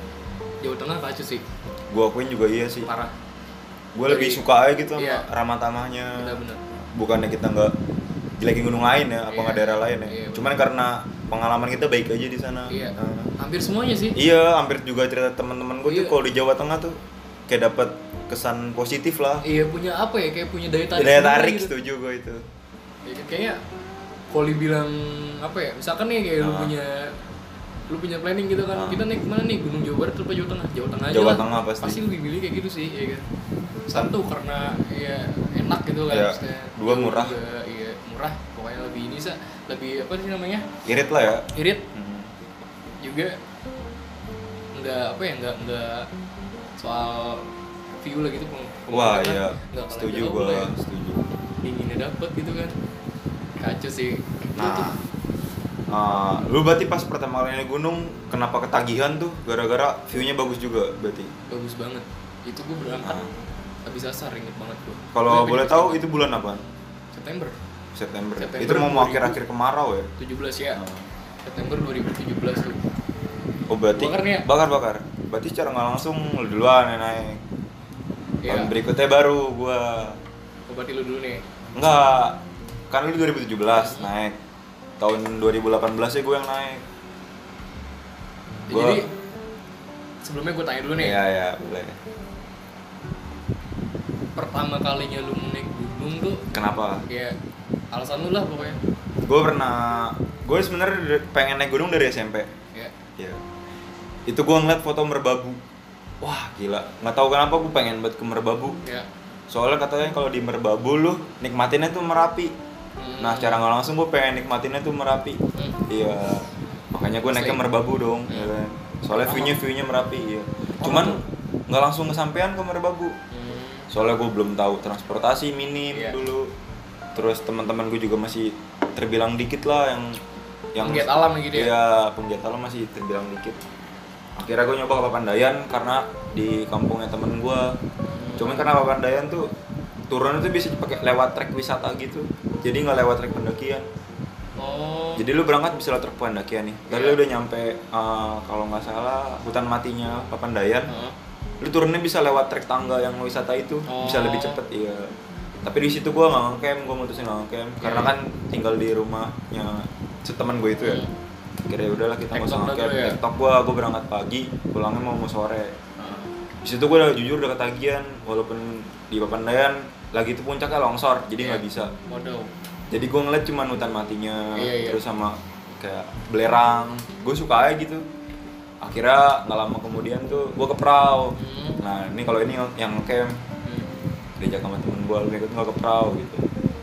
Speaker 2: Jawa Tengah kacau sih,
Speaker 1: Gue akuin juga iya sih.
Speaker 2: parah.
Speaker 1: Gue
Speaker 2: Dari-
Speaker 1: lebih suka aja gitu sama
Speaker 2: Iya.
Speaker 1: ramah tamahnya.
Speaker 2: Benar-benar.
Speaker 1: bukannya kita nggak jelekin gunung lain ya apa
Speaker 2: Iya.
Speaker 1: nggak daerah lain ya
Speaker 2: Iya, bener.
Speaker 1: cuman karena pengalaman kita baik aja di sana
Speaker 2: Iya.
Speaker 1: Nah.
Speaker 2: Hampir semuanya sih.
Speaker 1: iya hampir juga cerita teman-teman gue tuh
Speaker 2: Iya.
Speaker 1: kalau di Jawa Tengah tuh kayak dapat kesan positif lah
Speaker 2: Iya punya apa ya? Kayak punya daya tarik.
Speaker 1: daya
Speaker 2: sendiri
Speaker 1: tarik
Speaker 2: gitu.
Speaker 1: setuju gue itu
Speaker 2: Ya, kayaknya kalau dibilang apa ya? Misalkan nih kayak lu
Speaker 1: Ah.
Speaker 2: punya lu punya planning gitu kan.
Speaker 1: Ah.
Speaker 2: Kita naik kemana nih? Gunung Jawa Barat atau Jawa Tengah? Jawa Tengah aja.
Speaker 1: Jawa
Speaker 2: lah.
Speaker 1: Tengah pasti.
Speaker 2: Pasti lebih pilih kayak gitu sih, ya kan. Satu karena ya enak gitu kan.
Speaker 1: Iya.
Speaker 2: maksudnya.
Speaker 1: Dua, murah.
Speaker 2: Juga, iya, murah. Pokoknya lebih ini sa lebih apa sih namanya?
Speaker 1: irit lah ya
Speaker 2: Irit
Speaker 1: Hmm.
Speaker 2: juga nggak apa ya nggak nggak soal view lah gitu peng-
Speaker 1: wah
Speaker 2: pemandangan,
Speaker 1: iya
Speaker 2: nggak kalah
Speaker 1: setuju
Speaker 2: jauh
Speaker 1: gue
Speaker 2: lah ya.
Speaker 1: setuju
Speaker 2: dinginnya dapet gitu kan kacau sih Itu tuh,
Speaker 1: nah ah, lu berarti pas pertama kali naik gunung kenapa ketagihan tuh gara-gara view-nya bagus juga berarti
Speaker 2: bagus banget itu gue berangkat
Speaker 1: Ah.
Speaker 2: habis asar inget banget gue
Speaker 1: kalau boleh tahu itu bulan apa
Speaker 2: September
Speaker 1: September.
Speaker 2: September
Speaker 1: itu mau mau
Speaker 2: 2000.
Speaker 1: akhir-akhir kemarau ya
Speaker 2: 17 ya
Speaker 1: Ah.
Speaker 2: September 2017 tuh
Speaker 1: Oh berarti
Speaker 2: Bakar nih ya?
Speaker 1: bakar bakar. Berarti secara nggak langsung lu duluan yang naik. Tahun
Speaker 2: ya
Speaker 1: berikutnya baru gua
Speaker 2: obati lu dulu nih Ya,
Speaker 1: enggak kan lu 2017
Speaker 2: Iya.
Speaker 1: naik. Tahun 2018 ya gua yang naik.
Speaker 2: Ya,
Speaker 1: Gua-
Speaker 2: jadi sebelumnya gue tanya dulu nih
Speaker 1: Iya iya boleh.
Speaker 2: pertama kalinya lu naik gunung tuh
Speaker 1: Kenapa?
Speaker 2: ya alasan lu lah pokoknya
Speaker 1: Gua pernah gue sebenarnya dari- pengen naik gunung dari SMP.
Speaker 2: ya
Speaker 1: Iya. Itu gua ngeliat foto Merbabu. Wah gila, nggak tahu kenapa gua pengen buat ke Merbabu.
Speaker 2: ya
Speaker 1: Soalnya katanya kalau di Merbabu lu nikmatinnya tuh Merapi.
Speaker 2: Hmm.
Speaker 1: Nah, secara nggak langsung gue pengen nikmatinnya tuh Merapi.
Speaker 2: Hmm.
Speaker 1: Iya. Makanya gue naiknya
Speaker 2: Asli.
Speaker 1: Merbabu dong,
Speaker 2: Hmm.
Speaker 1: ya kan. Soalnya
Speaker 2: Pertama.
Speaker 1: view-nya view-nya Merapi, iya.
Speaker 2: Pertama
Speaker 1: Cuman
Speaker 2: tuh.
Speaker 1: nggak langsung kesampean ke Merbabu.
Speaker 2: Hmm.
Speaker 1: Soalnya gue belum tahu transportasi minim
Speaker 2: Iya.
Speaker 1: dulu. Terus teman-teman gue juga masih terbilang dikit lah yang yang
Speaker 2: Penggiat alam gitu ya?
Speaker 1: Iya, penggiat alam masih terbilang dikit. Akhirnya gue nyoba ke Papandayan karena di kampungnya temen gue.
Speaker 2: Hmm.
Speaker 1: Cuman karena Papandayan tuh turunnya tuh bisa pakai lewat trek wisata gitu. Jadi nggak lewat trek pendakian.
Speaker 2: oh Iya.
Speaker 1: Jadi lu berangkat bisa lewat trek pendakian nih. Tadi lu udah nyampe eh, kalau nggak salah hutan matinya Papandayan
Speaker 2: Heeh.
Speaker 1: lu turunnya bisa lewat trek tangga yang wisata itu
Speaker 2: Oh.
Speaker 1: bisa lebih cepet iya tapi di situ gua nggak ngecamp gua mutusin nggak ngecamp
Speaker 2: Iya.
Speaker 1: karena kan tinggal di rumahnya seteman gue itu ya kira ya udahlah kita nggak usah
Speaker 2: Tektok dah
Speaker 1: ngecamp
Speaker 2: Hmm. dulu ya?
Speaker 1: tiktok gua gua berangkat pagi pulangnya mau mau sore
Speaker 2: Heeh.
Speaker 1: di situ gua udah jujur udah ketagihan walaupun di Papandayan lagi itu puncaknya longsor jadi nggak
Speaker 2: Iya.
Speaker 1: bisa
Speaker 2: waduh
Speaker 1: jadi gua ngeliat cuman hutan matinya
Speaker 2: Iya, iya.
Speaker 1: terus sama kayak belerang gue suka aja gitu akhirnya nggak lama kemudian tuh gua ke perahu
Speaker 2: Hmm.
Speaker 1: nah ini kalau ini yang- yang camp
Speaker 2: Hmm.
Speaker 1: diajak sama temen gue lu ikut nggak ke perahu gitu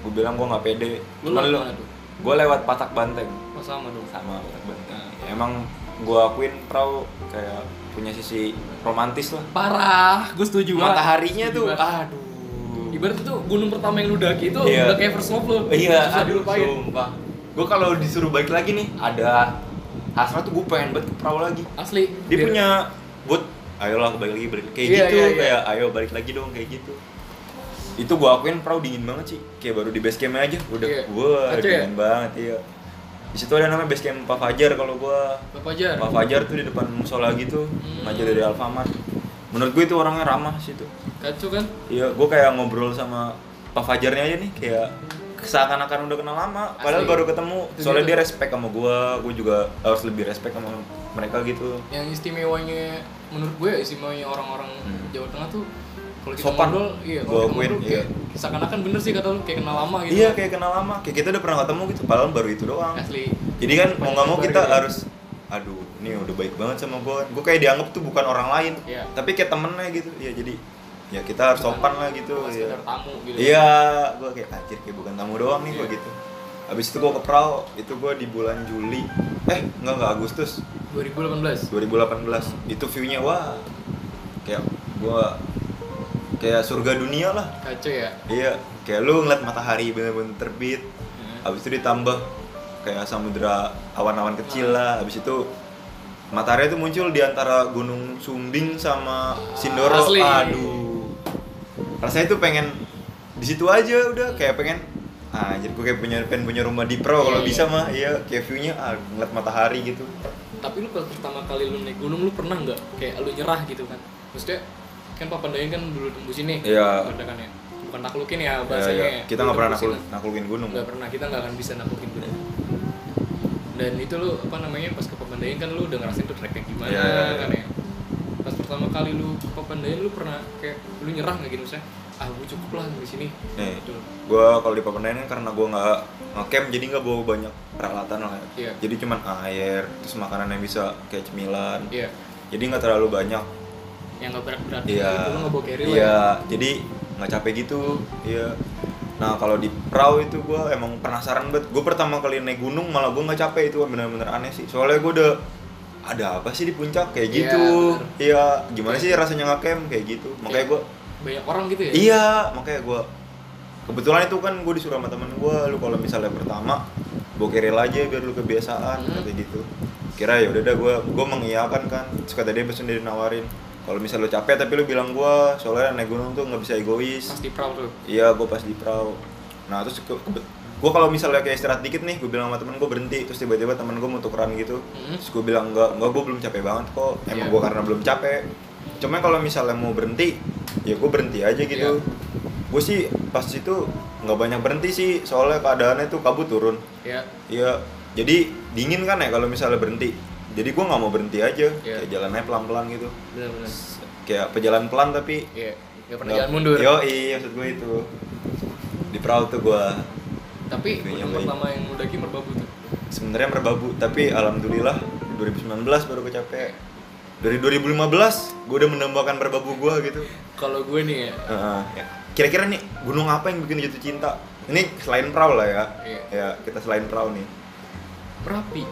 Speaker 1: gue bilang gue nggak pede
Speaker 2: Lu lewat mana tuh?
Speaker 1: gue lewat patak banteng
Speaker 2: Oh, sama dong
Speaker 1: sama patak banteng Ya, emang gue akuin perahu kayak punya sisi romantis lah
Speaker 2: parah gue setuju banget.
Speaker 1: mataharinya
Speaker 2: Setuju
Speaker 1: tuh
Speaker 2: banget.
Speaker 1: aduh
Speaker 2: ibarat itu gunung pertama yang lu daki itu
Speaker 1: Iya.
Speaker 2: udah kayak first love lu
Speaker 1: iya
Speaker 2: susah
Speaker 1: aduh
Speaker 2: dilupain
Speaker 1: sumpah gue kalau disuruh balik lagi nih ada Asra tuh gue pengen banget ke perahu lagi.
Speaker 2: asli
Speaker 1: Dia
Speaker 2: biar-
Speaker 1: punya buat ayolah balik lagi balik kayak
Speaker 2: Iya,
Speaker 1: gitu
Speaker 2: iya, iya.
Speaker 1: kayak ayo balik lagi dong kayak gitu. Itu gue akuin perahu dingin banget sih. Kayak baru di base camp aja udah
Speaker 2: Iya.
Speaker 1: wah
Speaker 2: Kacau ya?
Speaker 1: dingin banget iya. Di situ ada namanya base camp Pak Fajar kalau gua
Speaker 2: Pak Fajar
Speaker 1: Pak Fajar tuh di depan musola gitu,
Speaker 2: Iya. Hmm.
Speaker 1: ngajar dari Alfamart. Menurut gue itu orangnya ramah sih tuh.
Speaker 2: kacau kan
Speaker 1: Iya, gue kayak ngobrol sama Pak Fajarnya aja nih, kayak seakan-akan udah kenal lama, padahal
Speaker 2: Asli.
Speaker 1: baru ketemu.
Speaker 2: Itu
Speaker 1: Soalnya
Speaker 2: dia
Speaker 1: dia
Speaker 2: tuh.
Speaker 1: respect sama gue, gue juga harus lebih respect sama mereka gitu.
Speaker 2: yang istimewanya menurut gue ya istimewanya orang-orang
Speaker 1: Hmm.
Speaker 2: Jawa Tengah tuh kalau kita
Speaker 1: Sopan.
Speaker 2: ngobrol iya
Speaker 1: Gua
Speaker 2: kalau kita
Speaker 1: akuin,
Speaker 2: ngobrol
Speaker 1: iya.
Speaker 2: kayak seakan-akan bener sih kata lu kayak kenal lama gitu
Speaker 1: Iya, kayak kenal lama, kayak kita udah pernah ketemu gitu, padahal baru itu doang.
Speaker 2: asli
Speaker 1: Jadi kan mau nggak mau
Speaker 2: Baru
Speaker 1: kita
Speaker 2: gitu.
Speaker 1: harus, aduh, ini udah baik banget sama gue. Gue kayak dianggap tuh bukan orang lain,
Speaker 2: Iya.
Speaker 1: tapi kayak temennya gitu. Iya, jadi ya kita harus sopan lah gitu.
Speaker 2: Bukan
Speaker 1: iya.
Speaker 2: sekedar tamu gitu
Speaker 1: Iya, gue kayak anjir kayak bukan tamu doang nih gue
Speaker 2: Iya.
Speaker 1: gitu. Abis itu gue ke Prau, itu gue di bulan Juli. Eh, enggak enggak Agustus
Speaker 2: 2018
Speaker 1: 2018. Itu view-nya wah. Kayak gue kayak surga dunia lah.
Speaker 2: kacau ya
Speaker 1: Iya, kayak lu ngeliat matahari bener-bener terbit.
Speaker 2: Hmm.
Speaker 1: Abis itu ditambah kayak samudra awan-awan kecil lah. Abis itu matahari itu muncul di antara Gunung Sumbing sama Sindoro.
Speaker 2: Asli.
Speaker 1: Aduh. Rasanya tuh pengen di situ aja udah kayak pengen ah, anjir gue kayak punya pengen punya rumah di Pro kalau
Speaker 2: Iya,
Speaker 1: bisa
Speaker 2: iya.
Speaker 1: mah. Iya, kayak view-nya ah, ngeliat matahari gitu.
Speaker 2: tapi lu pas pertama kali lu naik gunung lu pernah nggak kayak lu nyerah gitu kan maksudnya kan Papandayan kan dulu tembus ini
Speaker 1: Iya.
Speaker 2: kan ya bukan naklukin
Speaker 1: Ya,
Speaker 2: ya bahasanya
Speaker 1: ya.
Speaker 2: ya.
Speaker 1: Kita
Speaker 2: Lu
Speaker 1: nggak pernah
Speaker 2: tembusin
Speaker 1: nakul
Speaker 2: lah.
Speaker 1: nakulukin gunung.
Speaker 2: nggak pernah kita nggak akan bisa naklukin gunung dan itu lu apa namanya pas ke Papandayan kan lu udah ngerasain tuh treknya gimana
Speaker 1: Iya, iya, iya.
Speaker 2: kan ya pas pertama kali lu ke Papandayan lu pernah kayak lu nyerah nggak gitu misalnya ah gue cukup lah di sini
Speaker 1: Nih,
Speaker 2: Gitu.
Speaker 1: gue kalau di Papandayan kan karena gue nggak ngecamp jadi nggak bawa banyak peralatan lah. ya.
Speaker 2: Iya.
Speaker 1: Jadi cuman air, terus makanan yang bisa kayak cemilan.
Speaker 2: iya
Speaker 1: Jadi nggak terlalu banyak.
Speaker 2: yang nggak berat berat
Speaker 1: Iya.
Speaker 2: gitu lu nggak bawa carry lah
Speaker 1: Iya. Jadi nggak capek gitu. Iya. Nah kalau di perahu itu gue emang penasaran banget. Gue pertama kali naik gunung malah gue nggak capek itu bener-bener aneh sih. Soalnya gue udah ada apa sih di puncak kayak
Speaker 2: Iya,
Speaker 1: gitu. Iya. Gimana sih rasanya ngecamp kayak gitu? Makanya
Speaker 2: Iya.
Speaker 1: gue
Speaker 2: banyak orang gitu ya
Speaker 1: Iya, makanya gua kebetulan itu kan gue disuruh sama temen gue, lu kalau misalnya pertama bokeril aja biar lu kebiasaan
Speaker 2: Hmm.
Speaker 1: kata gitu. Kira ya udah dah gue gue mengiyakan kan. Terus kata dia sendiri nawarin kalau misalnya lu capek tapi lu bilang gua soalnya naik gunung tuh nggak bisa egois.
Speaker 2: pasti proud tuh
Speaker 1: Iya, gue pas di perahu. Nah terus ke, gue kalau misalnya kayak istirahat dikit nih, gue bilang sama temen gue berhenti, terus tiba-tiba temen gue mau tukeran gitu,
Speaker 2: Mhm.
Speaker 1: terus gue bilang enggak, enggak gue belum capek banget kok, emang
Speaker 2: Iya.
Speaker 1: gue karena belum capek. Cuman kalau misalnya mau berhenti, ya gue berhenti aja gitu.
Speaker 2: Iya.
Speaker 1: Gue sih pas itu nggak banyak berhenti sih, soalnya keadaannya tuh kabut turun.
Speaker 2: ya
Speaker 1: Iya, jadi dingin kan ya kalau misalnya berhenti. Jadi gue nggak mau berhenti aja,
Speaker 2: Iya.
Speaker 1: kayak jalannya pelan-pelan gitu,
Speaker 2: benar benar
Speaker 1: kayak pejalan pelan tapi
Speaker 2: iya nggak pernah
Speaker 1: Nggak-
Speaker 2: jalan mundur
Speaker 1: Yo, iya maksud gue itu. Di perahu tuh gue
Speaker 2: tapi
Speaker 1: Itunya
Speaker 2: gunung
Speaker 1: baik.
Speaker 2: pertama yang udah daki merbabu tuh
Speaker 1: sebenarnya merbabu, tapi alhamdulillah 2019 baru gue capek. Dari 2015 gue udah menambahkan merbabu gue gitu.
Speaker 2: kalau gue nih ya
Speaker 1: Heeh. Kira-kira nih gunung apa yang bikin jatuh cinta? Ini selain perahu lah ya.
Speaker 2: Iya.
Speaker 1: Ya, kita selain perahu nih.
Speaker 2: merapi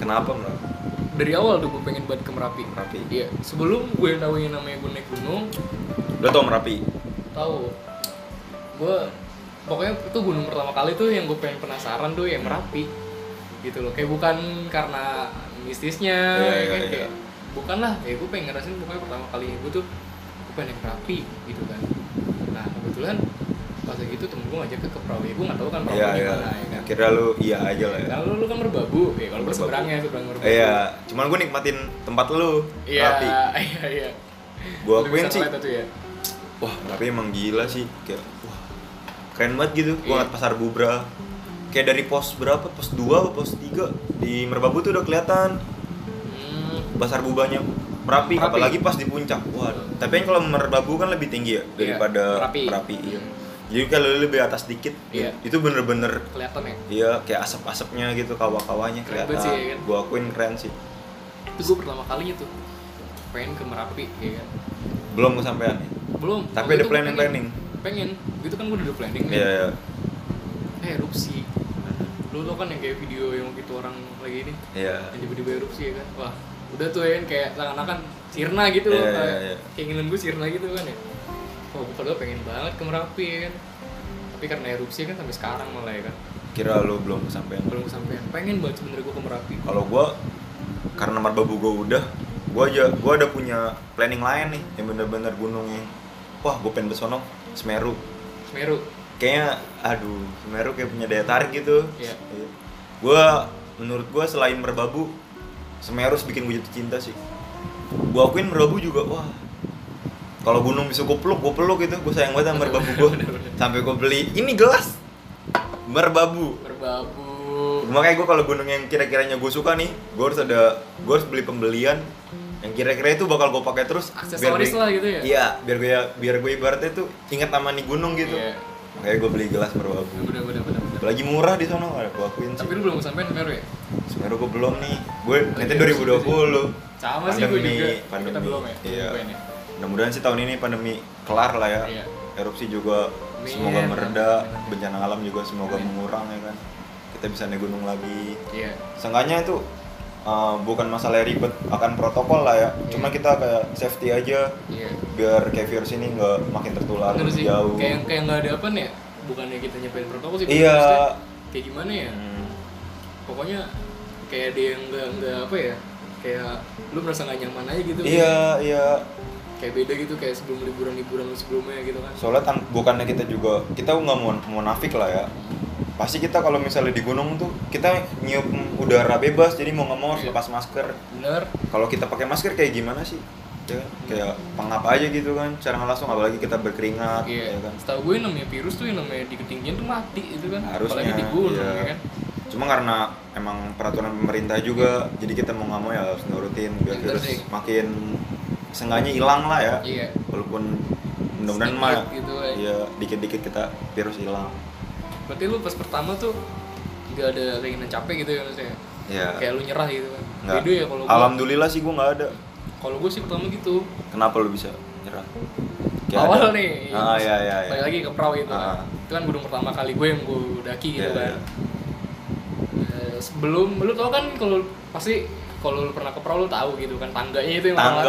Speaker 1: Kenapa Merapi?
Speaker 2: dari awal tuh gue pengen banget ke merapi
Speaker 1: Merapi.
Speaker 2: Iya, sebelum gue tahu yang namanya gue naik gunung,
Speaker 1: Lo tau Merapi?
Speaker 2: tahu gue pokoknya itu gunung pertama kali tuh yang gue pengen penasaran tuh yang merapi gitu loh kayak bukan karena mistisnya
Speaker 1: Iya,
Speaker 2: ya
Speaker 1: iya,
Speaker 2: kan
Speaker 1: iya.
Speaker 2: kayak bukan lah ya gue pengen ngerasain pokoknya pertama kali gue tuh gue pengen naik merapi gitu kan nah kebetulan pas lagi itu temen gue ngajak ke ke perahu ya gue nggak tahu kan perahu
Speaker 1: Iya,
Speaker 2: di
Speaker 1: iya.
Speaker 2: mana ya kan
Speaker 1: Kira lu iya aja lah ya.
Speaker 2: kalau lu kan merbabu ya kalau gue
Speaker 1: Merbabu.
Speaker 2: seberangnya seberang merbabu
Speaker 1: Iya, cuman gue nikmatin tempat lu,
Speaker 2: iya
Speaker 1: Merapi.
Speaker 2: iya iya
Speaker 1: Gua
Speaker 2: Lu
Speaker 1: akuin
Speaker 2: bisa
Speaker 1: sih.
Speaker 2: ngeliat itu ya
Speaker 1: wah tapi emang gila sih kayak wah keren banget gitu
Speaker 2: Iya.
Speaker 1: gua ngeliat pasar bubra kayak dari pos berapa pos 2 apa pos 3 di merbabu tuh udah kelihatan
Speaker 2: Hmm,
Speaker 1: pasar bubanya merapi,
Speaker 2: Merapi.
Speaker 1: apalagi pas di puncak wah tapi yang kalau merbabu kan lebih tinggi ya
Speaker 2: Iya,
Speaker 1: daripada
Speaker 2: Merapi.
Speaker 1: merapi iya.
Speaker 2: Hmm.
Speaker 1: jadi kalau lu lebih atas dikit
Speaker 2: Iya.
Speaker 1: itu bener-bener
Speaker 2: kelihatan ya
Speaker 1: Iya, kayak asap-asapnya gitu, kawah-kawahnya
Speaker 2: Keren
Speaker 1: kelihatan.
Speaker 2: banget sih, ya kan?
Speaker 1: Gua akuin keren sih.
Speaker 2: itu gue pertama kalinya tuh pengen ke Merapi ya kan
Speaker 1: Belum kesampaian. ya?
Speaker 2: belum
Speaker 1: Tapi
Speaker 2: waktu
Speaker 1: ada
Speaker 2: itu gua
Speaker 1: planning-
Speaker 2: pengen- pengen gitu kan gue udah ada planning nih
Speaker 1: Iya, iya.
Speaker 2: eh erupsi lu tau kan yang kayak video yang gitu orang lagi ini
Speaker 1: Iya.
Speaker 2: yang tiba-tiba erupsi ya kan wah udah tuh ya kan kayak seakan-akan sirna gitu loh
Speaker 1: Iya, iya,
Speaker 2: kayak
Speaker 1: iya.
Speaker 2: keinginan gue sirna gitu kan ya oh gue padahal pengen banget ke Merapi ya kan tapi karena erupsi kan sampai sekarang malah ya kan
Speaker 1: Kira lu belum kesampaian.
Speaker 2: belum sampai pengen banget sebenernya gue ke Merapi
Speaker 1: kalau gua karena marbabu gue udah gue aja gue ada punya planning lain nih yang bener-bener gunung yang wah gue pengen besono Semeru
Speaker 2: Semeru
Speaker 1: kayaknya aduh Semeru kayak punya daya tarik gitu
Speaker 2: Iya.
Speaker 1: gue menurut gue selain merbabu Semeru harus bikin gue jatuh cinta sih gue akuin merbabu juga wah kalau gunung bisa gue peluk gue peluk gitu gue sayang banget sama merbabu gue
Speaker 2: Bener-bener.
Speaker 1: sampai gue beli ini gelas merbabu
Speaker 2: Merbabu
Speaker 1: makanya gue kalau gunung yang kira-kiranya gue suka nih gue harus ada gue harus beli pembelian yang kira-kira itu bakal gue pakai terus
Speaker 2: Aksesoris
Speaker 1: gue-
Speaker 2: lah gitu ya?
Speaker 1: iya biar gue biar gue ibaratnya tuh ingat sama nih gunung gitu
Speaker 2: Iya.
Speaker 1: makanya gue beli gelas merbabu
Speaker 2: Bener bener bener bener
Speaker 1: lagi murah di sana ada gue akuin sih
Speaker 2: Tapi lu belum sampai Semeru ya?
Speaker 1: sebenarnya gue belum nih gue
Speaker 2: Oh,
Speaker 1: nanti
Speaker 2: iya,
Speaker 1: 2020
Speaker 2: Sama sih gue juga. Kita
Speaker 1: pandemi
Speaker 2: belum ya?
Speaker 1: iya
Speaker 2: Belum ya?
Speaker 1: mudah-mudahan sih tahun ini pandemi kelar lah ya
Speaker 2: Iya.
Speaker 1: erupsi juga
Speaker 2: Amin.
Speaker 1: semoga mereda
Speaker 2: Amin.
Speaker 1: bencana alam juga semoga
Speaker 2: Amin.
Speaker 1: mengurang ya kan kita bisa naik gunung lagi
Speaker 2: Iya
Speaker 1: Seenggaknya itu uh, bukan masalah ribet akan protokol lah ya. Cuma
Speaker 2: Iya.
Speaker 1: kita kayak safety aja
Speaker 2: Iya
Speaker 1: biar kayak virus ini nggak makin tertular
Speaker 2: Bener sih,
Speaker 1: jauh.
Speaker 2: kayak kayak nggak ada apa nih ya? Bukannya kita nyampein protokol sih?
Speaker 1: Iya.
Speaker 2: maksudnya Kayak gimana ya?
Speaker 1: Hmm,
Speaker 2: Pokoknya kayak ada yang nggak nggak apa ya? Kayak lu merasa nggak nyaman aja gitu.
Speaker 1: Iya, iya.
Speaker 2: Kayak beda gitu kayak sebelum liburan-liburan lu sebelumnya gitu kan.
Speaker 1: Soalnya tan- bukannya kita juga kita nggak mau mau nafik lah ya. Pasti kita kalau misalnya di gunung tuh kita nyium udara bebas jadi mau nggak mau harus
Speaker 2: Iya.
Speaker 1: lepas masker.
Speaker 2: Bener.
Speaker 1: Kalau kita pakai masker kayak gimana sih? Ya, kan? kayak pengap aja gitu kan secara nggak langsung apalagi kita berkeringat
Speaker 2: Iya.
Speaker 1: ya kan
Speaker 2: Setahu gue yang namanya virus tuh yang namanya di ketinggian tuh mati itu kan.
Speaker 1: harusnya
Speaker 2: Apalagi di gunung
Speaker 1: iya.
Speaker 2: ya kan.
Speaker 1: cuma karena emang peraturan pemerintah juga jadi kita mau nggak mau ya harus nurutin biar
Speaker 2: Bener
Speaker 1: virus
Speaker 2: sih.
Speaker 1: makin sengganya hilang lah ya
Speaker 2: Iya.
Speaker 1: walaupun mudah-mudahan
Speaker 2: Sedikit
Speaker 1: mah
Speaker 2: gitu aja.
Speaker 1: ya dikit-dikit kita virus hilang
Speaker 2: Berarti lu pas pertama tuh nggak ada keinginan capek gitu ya maksudnya.
Speaker 1: ya
Speaker 2: Kayak lu nyerah gitu kan.
Speaker 1: nggak
Speaker 2: Beda ya kalau gua
Speaker 1: alhamdulillah sih gua nggak ada
Speaker 2: kalau gue sih pertama gitu.
Speaker 1: kenapa lu bisa nyerah ada-
Speaker 2: awal nih.
Speaker 1: ah ya ya, ya.
Speaker 2: Balik lagi ke perahu itu
Speaker 1: Ah.
Speaker 2: kan. Itu kan gunung pertama kali gue yang gue daki gitu
Speaker 1: Iya,
Speaker 2: kan.
Speaker 1: iya.
Speaker 2: Eh, Sebelum lu tau kan kalau pasti kalau lu pernah ke perahu lu tahu gitu kan tangganya itu yang
Speaker 1: tangga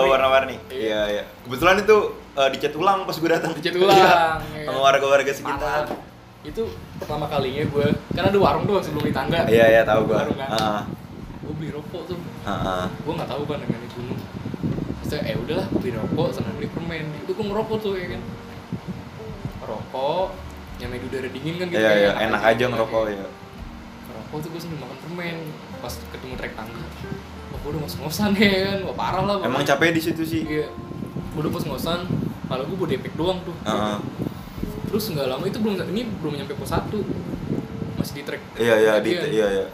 Speaker 1: warna-warni
Speaker 2: warna-warni. Iya.
Speaker 1: iya iya kebetulan itu eh, dicat ulang pas gua datang
Speaker 2: Dicat
Speaker 1: Iya.
Speaker 2: ulang, iya.
Speaker 1: sama warga-warga
Speaker 2: Parah.
Speaker 1: sekitar
Speaker 2: Itu pertama kalinya gue kan ada warung tuh sebelum di tangga.
Speaker 1: iya iya tahu gua ah,
Speaker 2: Baru kan.
Speaker 1: Heeh.
Speaker 2: Gue beli rokok tuh.
Speaker 1: Heeh.
Speaker 2: Gue nggak tahu kan yang di gunung. Terus eh udahlah gue beli rokok sama beli permen. Itu gue ngerokok tuh ya kan. Rokok yang di udara dingin kan gitu
Speaker 1: Iya,
Speaker 2: kayak
Speaker 1: iya, enak aja ngerokok
Speaker 2: Kayak-
Speaker 1: ya.
Speaker 2: Ngerokok tuh gue sambil makan permen Pas ketemu trek tangga Wah gue udah ngos-ngosan ya kan Wah parah lah
Speaker 1: Emang capek di situ sih.
Speaker 2: Iya Gue udah pas ngosan Kalau gue bodepek doang tuh
Speaker 1: Heeh.
Speaker 2: Terus nggak lama itu belum Ini belum nyampe pos 1 Masih di trek
Speaker 1: Iya iya di
Speaker 2: Iya.
Speaker 1: iya iya.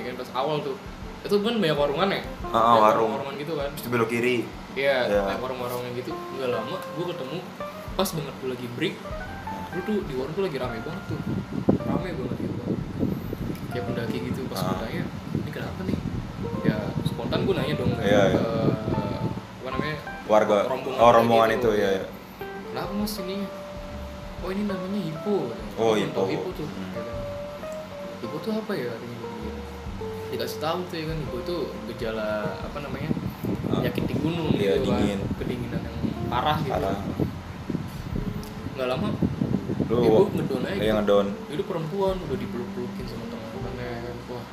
Speaker 2: Ya kan pas awal tuh Itu kan banyak warungan ya
Speaker 1: Ah, ah,
Speaker 2: Banyak
Speaker 1: warung.
Speaker 2: Warungan gitu kan
Speaker 1: Terus belok kiri.
Speaker 2: Iya
Speaker 1: Iya.
Speaker 2: Banyak warung-warung yang gitu Nggak lama gue ketemu Pas banget gue lagi break Lu tuh di warung tuh lagi rame banget tuh Rame banget gitu Kayak pendaki gitu Pas gue
Speaker 1: Ah.
Speaker 2: tanya Ini kenapa nih Ya spontan gue nanya dong
Speaker 1: Iya, iya.
Speaker 2: eh, Apa namanya gitu.
Speaker 1: Warga oh rombongan itu ya. ya.
Speaker 2: Kenapa mas ini? Oh ini namanya hipo.
Speaker 1: Oh,
Speaker 2: Belum tahu
Speaker 1: hipo.
Speaker 2: Hipo tuh.
Speaker 1: Hmm.
Speaker 2: ya kan. Hipo tuh apa ya? Katanya gitu. Dikasih tahu tuh ya kan hipo itu gejala apa namanya?
Speaker 1: Ah.
Speaker 2: Penyakit di gunung
Speaker 1: Iya,
Speaker 2: gitu kan.
Speaker 1: dingin.
Speaker 2: Kedinginan yang parah gitu.
Speaker 1: Parah.
Speaker 2: Nggak lama ibu
Speaker 1: Lu Iya,
Speaker 2: ngedon aja.
Speaker 1: lu yang ngedown.
Speaker 2: Itu perempuan Ya udah dipeluk-pelukin sama teman-temannya ya kan. Wah.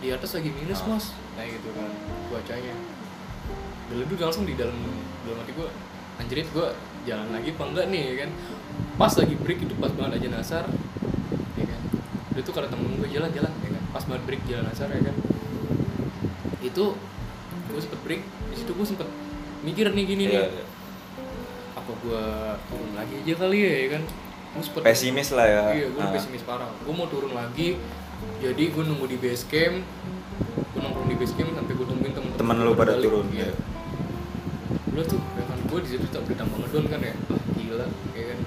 Speaker 2: Di atas lagi minus,
Speaker 1: Ah.
Speaker 2: Mas. Kayak gitu kan cuacanya. Geleduk langsung di dalam dalam hati gue anjrit gue jalan lagi apa enggak nih ya kan pas lagi break itu pas banget aja nasar ya kan itu tuh kata temen gue jalan jalan ya kan pas banget break jalan nasar ya kan itu gue sempet break di situ gue sempet mikir nih gini
Speaker 1: Iya,
Speaker 2: nih
Speaker 1: iya.
Speaker 2: apa gue turun lagi aja kali ya ya kan gue sempet
Speaker 1: Pesimis lah ya.
Speaker 2: Iya, gue udah
Speaker 1: Ah.
Speaker 2: pesimis parah. Gue mau turun lagi. Jadi gue nunggu di base camp. Gue nongkrong di base camp sampai gue tungguin temen
Speaker 1: Temen lu pada turun,
Speaker 2: Iya.
Speaker 1: iya.
Speaker 2: Lu tuh, ya kan gue di situ tak ditambah ngedon kan ya. Wah, gila, ya kan.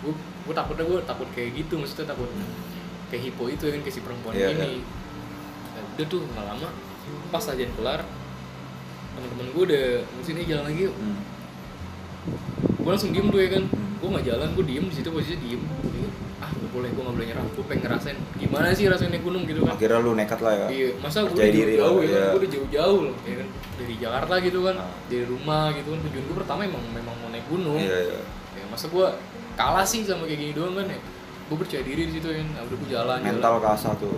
Speaker 2: Gue gue takutnya gue takut kayak gitu, maksudnya takut kayak hipo itu ya kan kayak si perempuan
Speaker 1: Iya,
Speaker 2: ini. Nah, udah tuh nggak lama, pas aja kelar, temen-temen gue udah maksudnya jalan lagi yuk
Speaker 1: Hmm.
Speaker 2: gue langsung diem tuh ya kan gue nggak jalan gue diem di situ posisinya diem ah gak boleh gue nggak boleh nyerah gue pengen ngerasain gimana sih rasanya naik gunung gitu kan
Speaker 1: Akhirnya lu nekat lah ya.
Speaker 2: iya masa gue
Speaker 1: Percaya diri
Speaker 2: jauh
Speaker 1: lah,
Speaker 2: ya kan?
Speaker 1: iya.
Speaker 2: gue udah jauh-jauh loh ya kan dari Jakarta gitu kan
Speaker 1: Ah.
Speaker 2: dari rumah gitu kan tujuan gue pertama emang memang mau naik gunung
Speaker 1: Iya, iya.
Speaker 2: ya masa gue kalah sih sama kayak gini doang kan ya gue percaya diri di situ ya kan. Nah, udah gue jalan,
Speaker 1: mental
Speaker 2: jalan.
Speaker 1: kasar tuh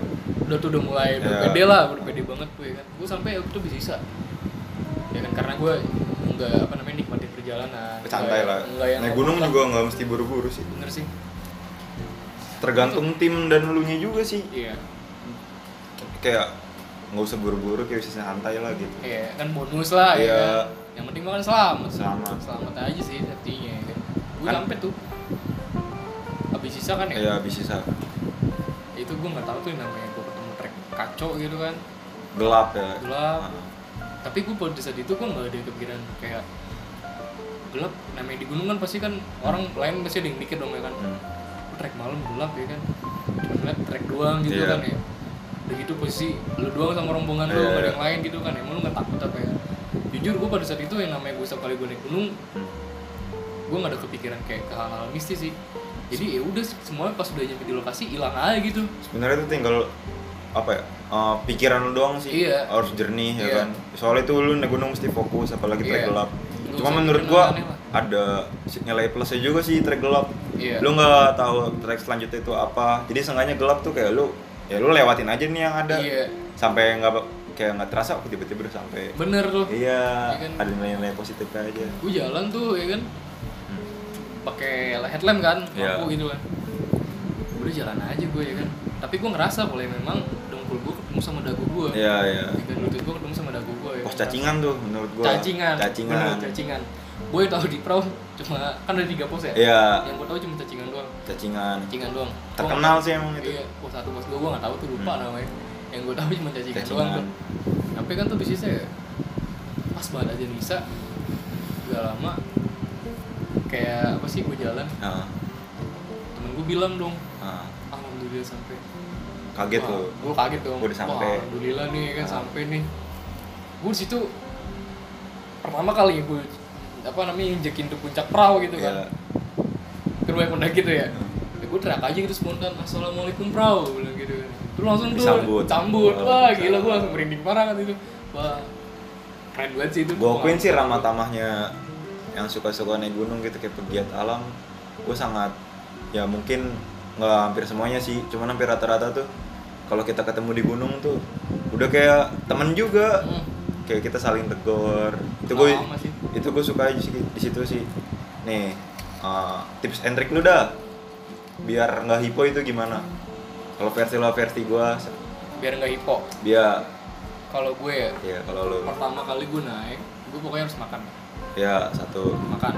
Speaker 2: Udah tuh udah mulai
Speaker 1: Iya.
Speaker 2: berpede lah, berpede banget gue ya kan. Gue sampai waktu itu bisa sisa. Ya kan karena gue nggak apa namanya nikmatin perjalanan.
Speaker 1: santai
Speaker 2: Nggak-
Speaker 1: lah
Speaker 2: nggak yang
Speaker 1: naik gunung
Speaker 2: apa-apa.
Speaker 1: juga nggak mesti buru-buru sih
Speaker 2: Bener sih.
Speaker 1: tergantung tim dan elunya juga sih
Speaker 2: Iya.
Speaker 1: kayak nggak usah buru-buru kayak bisa santai lah gitu
Speaker 2: Iya, kan bonus lah ya.
Speaker 1: Iya.
Speaker 2: kan. Yang penting makan selamat.
Speaker 1: Selamat.
Speaker 2: Selamat aja sih artinya ya kan. Gue
Speaker 1: Kan-
Speaker 2: sampai tuh. Habis sisa kan ya.
Speaker 1: ya habis sisa
Speaker 2: Itu gue nggak tahu tuh yang namanya gue ketemu trek kacau gitu kan.
Speaker 1: gelap ya
Speaker 2: Gelap.
Speaker 1: Nah,
Speaker 2: Tapi gue pada saat itu gue nggak ada kepikiran kayak gelap. Namanya di gunung kan pasti kan orang lain pasti ada yang mikir dong ya kan.
Speaker 1: hmm.
Speaker 2: Trek malam gelap ya kan. Cuma ngeliat trek doang gitu
Speaker 1: Iya.
Speaker 2: kan ya. Udah gitu posisi lu doang sama rombongan lu,
Speaker 1: Iya,
Speaker 2: nggak ada
Speaker 1: iya.
Speaker 2: yang lain gitu kan. Emang lu nggak takut apa ya? Jujur gue pada saat itu yang namanya gue setiap kali gue naik gunung
Speaker 1: Hmm.
Speaker 2: gue nggak ada kepikiran kayak ke hal-hal mistis sih jadi ya udah semuanya pas udah nyampe di lokasi hilang aja gitu
Speaker 1: sebenarnya itu tinggal apa ya eh, pikiran lu doang sih
Speaker 2: Iya.
Speaker 1: harus jernih
Speaker 2: Iya.
Speaker 1: ya kan soalnya itu lu naik gunung mesti fokus apalagi trek
Speaker 2: Iya.
Speaker 1: gelap
Speaker 2: Nggak
Speaker 1: cuma
Speaker 2: usah
Speaker 1: menurut
Speaker 2: mikirin
Speaker 1: gua
Speaker 2: aneh-aneh lah.
Speaker 1: ada si- nilai plusnya juga sih trek gelap
Speaker 2: Iya.
Speaker 1: lu nggak tahu trek selanjutnya itu apa jadi seenggaknya gelap tuh kayak lu ya lu lewatin aja nih yang ada
Speaker 2: Iya.
Speaker 1: sampai nggak kayak nggak terasa oh, tiba-tiba udah sampai
Speaker 2: bener tuh
Speaker 1: iya
Speaker 2: Iya kan?
Speaker 1: ada nilai-nilai positifnya aja
Speaker 2: gue jalan tuh ya kan pakai headlamp kan
Speaker 1: Iya.
Speaker 2: lampu gitu kan udah jalan aja gue ya kan tapi gue ngerasa boleh memang dengkul gue ketemu sama dagu gue
Speaker 1: iya iya
Speaker 2: dan lutut gue ketemu sama dagu gue ya
Speaker 1: pos
Speaker 2: kan.
Speaker 1: cacingan tuh menurut gua
Speaker 2: cacingan
Speaker 1: cacingan
Speaker 2: Bener, cacingan gue tahu di perahu cuma kan ada tiga pos ya
Speaker 1: iya
Speaker 2: yang gue tahu cuma cacingan doang
Speaker 1: cacingan
Speaker 2: cacingan doang Gua
Speaker 1: terkenal sih emang itu
Speaker 2: Iya, pos satu pos dua gue nggak tahu tuh lupa
Speaker 1: Hmm.
Speaker 2: namanya. Yang gue tahu cuma cacingan
Speaker 1: Cacingan.
Speaker 2: doang tuh. Tapi kan tuh bisnisnya ya, pas banget aja bisa. Gak lama kayak apa sih gue jalan
Speaker 1: Nah,
Speaker 2: temen gue bilang dong "Ah,
Speaker 1: nah,
Speaker 2: alhamdulillah sampai
Speaker 1: kaget
Speaker 2: Wah,
Speaker 1: tuh
Speaker 2: gue kaget dong
Speaker 1: Gua udah
Speaker 2: Wah,
Speaker 1: sampai.
Speaker 2: alhamdulillah nih kan
Speaker 1: Ah.
Speaker 2: sampai nih gue situ pertama kali gue apa namanya injekin ke puncak perahu gitu kan
Speaker 1: Iya. Hmm.
Speaker 2: kan banyak pendaki tuh ya ya gue teriak aja gitu spontan assalamualaikum prau gue bilang gitu kan terus langsung tuh
Speaker 1: Disambut. Oh,
Speaker 2: sambut wah
Speaker 1: Waalaikumsalam.
Speaker 2: gila gue langsung merinding parah kan itu wah keren banget sih itu kan.
Speaker 1: gue akuin sih ramah tamahnya yang suka-suka naik gunung gitu kayak pegiat alam gue sangat ya mungkin nggak hampir semuanya sih cuman hampir rata-rata tuh kalau kita ketemu di gunung tuh udah kayak temen juga
Speaker 2: Hmm.
Speaker 1: kayak kita saling tegur itu gue
Speaker 2: Sama sih.
Speaker 1: itu gue suka aja sih di situ sih nih eh, tips and trick lu dah biar nggak hipo itu gimana kalau versi lo versi gue
Speaker 2: biar nggak hipo
Speaker 1: dia
Speaker 2: kalau gue ya
Speaker 1: ya kalau lo
Speaker 2: pertama kali gue naik gue pokoknya harus makan
Speaker 1: ya satu
Speaker 2: makan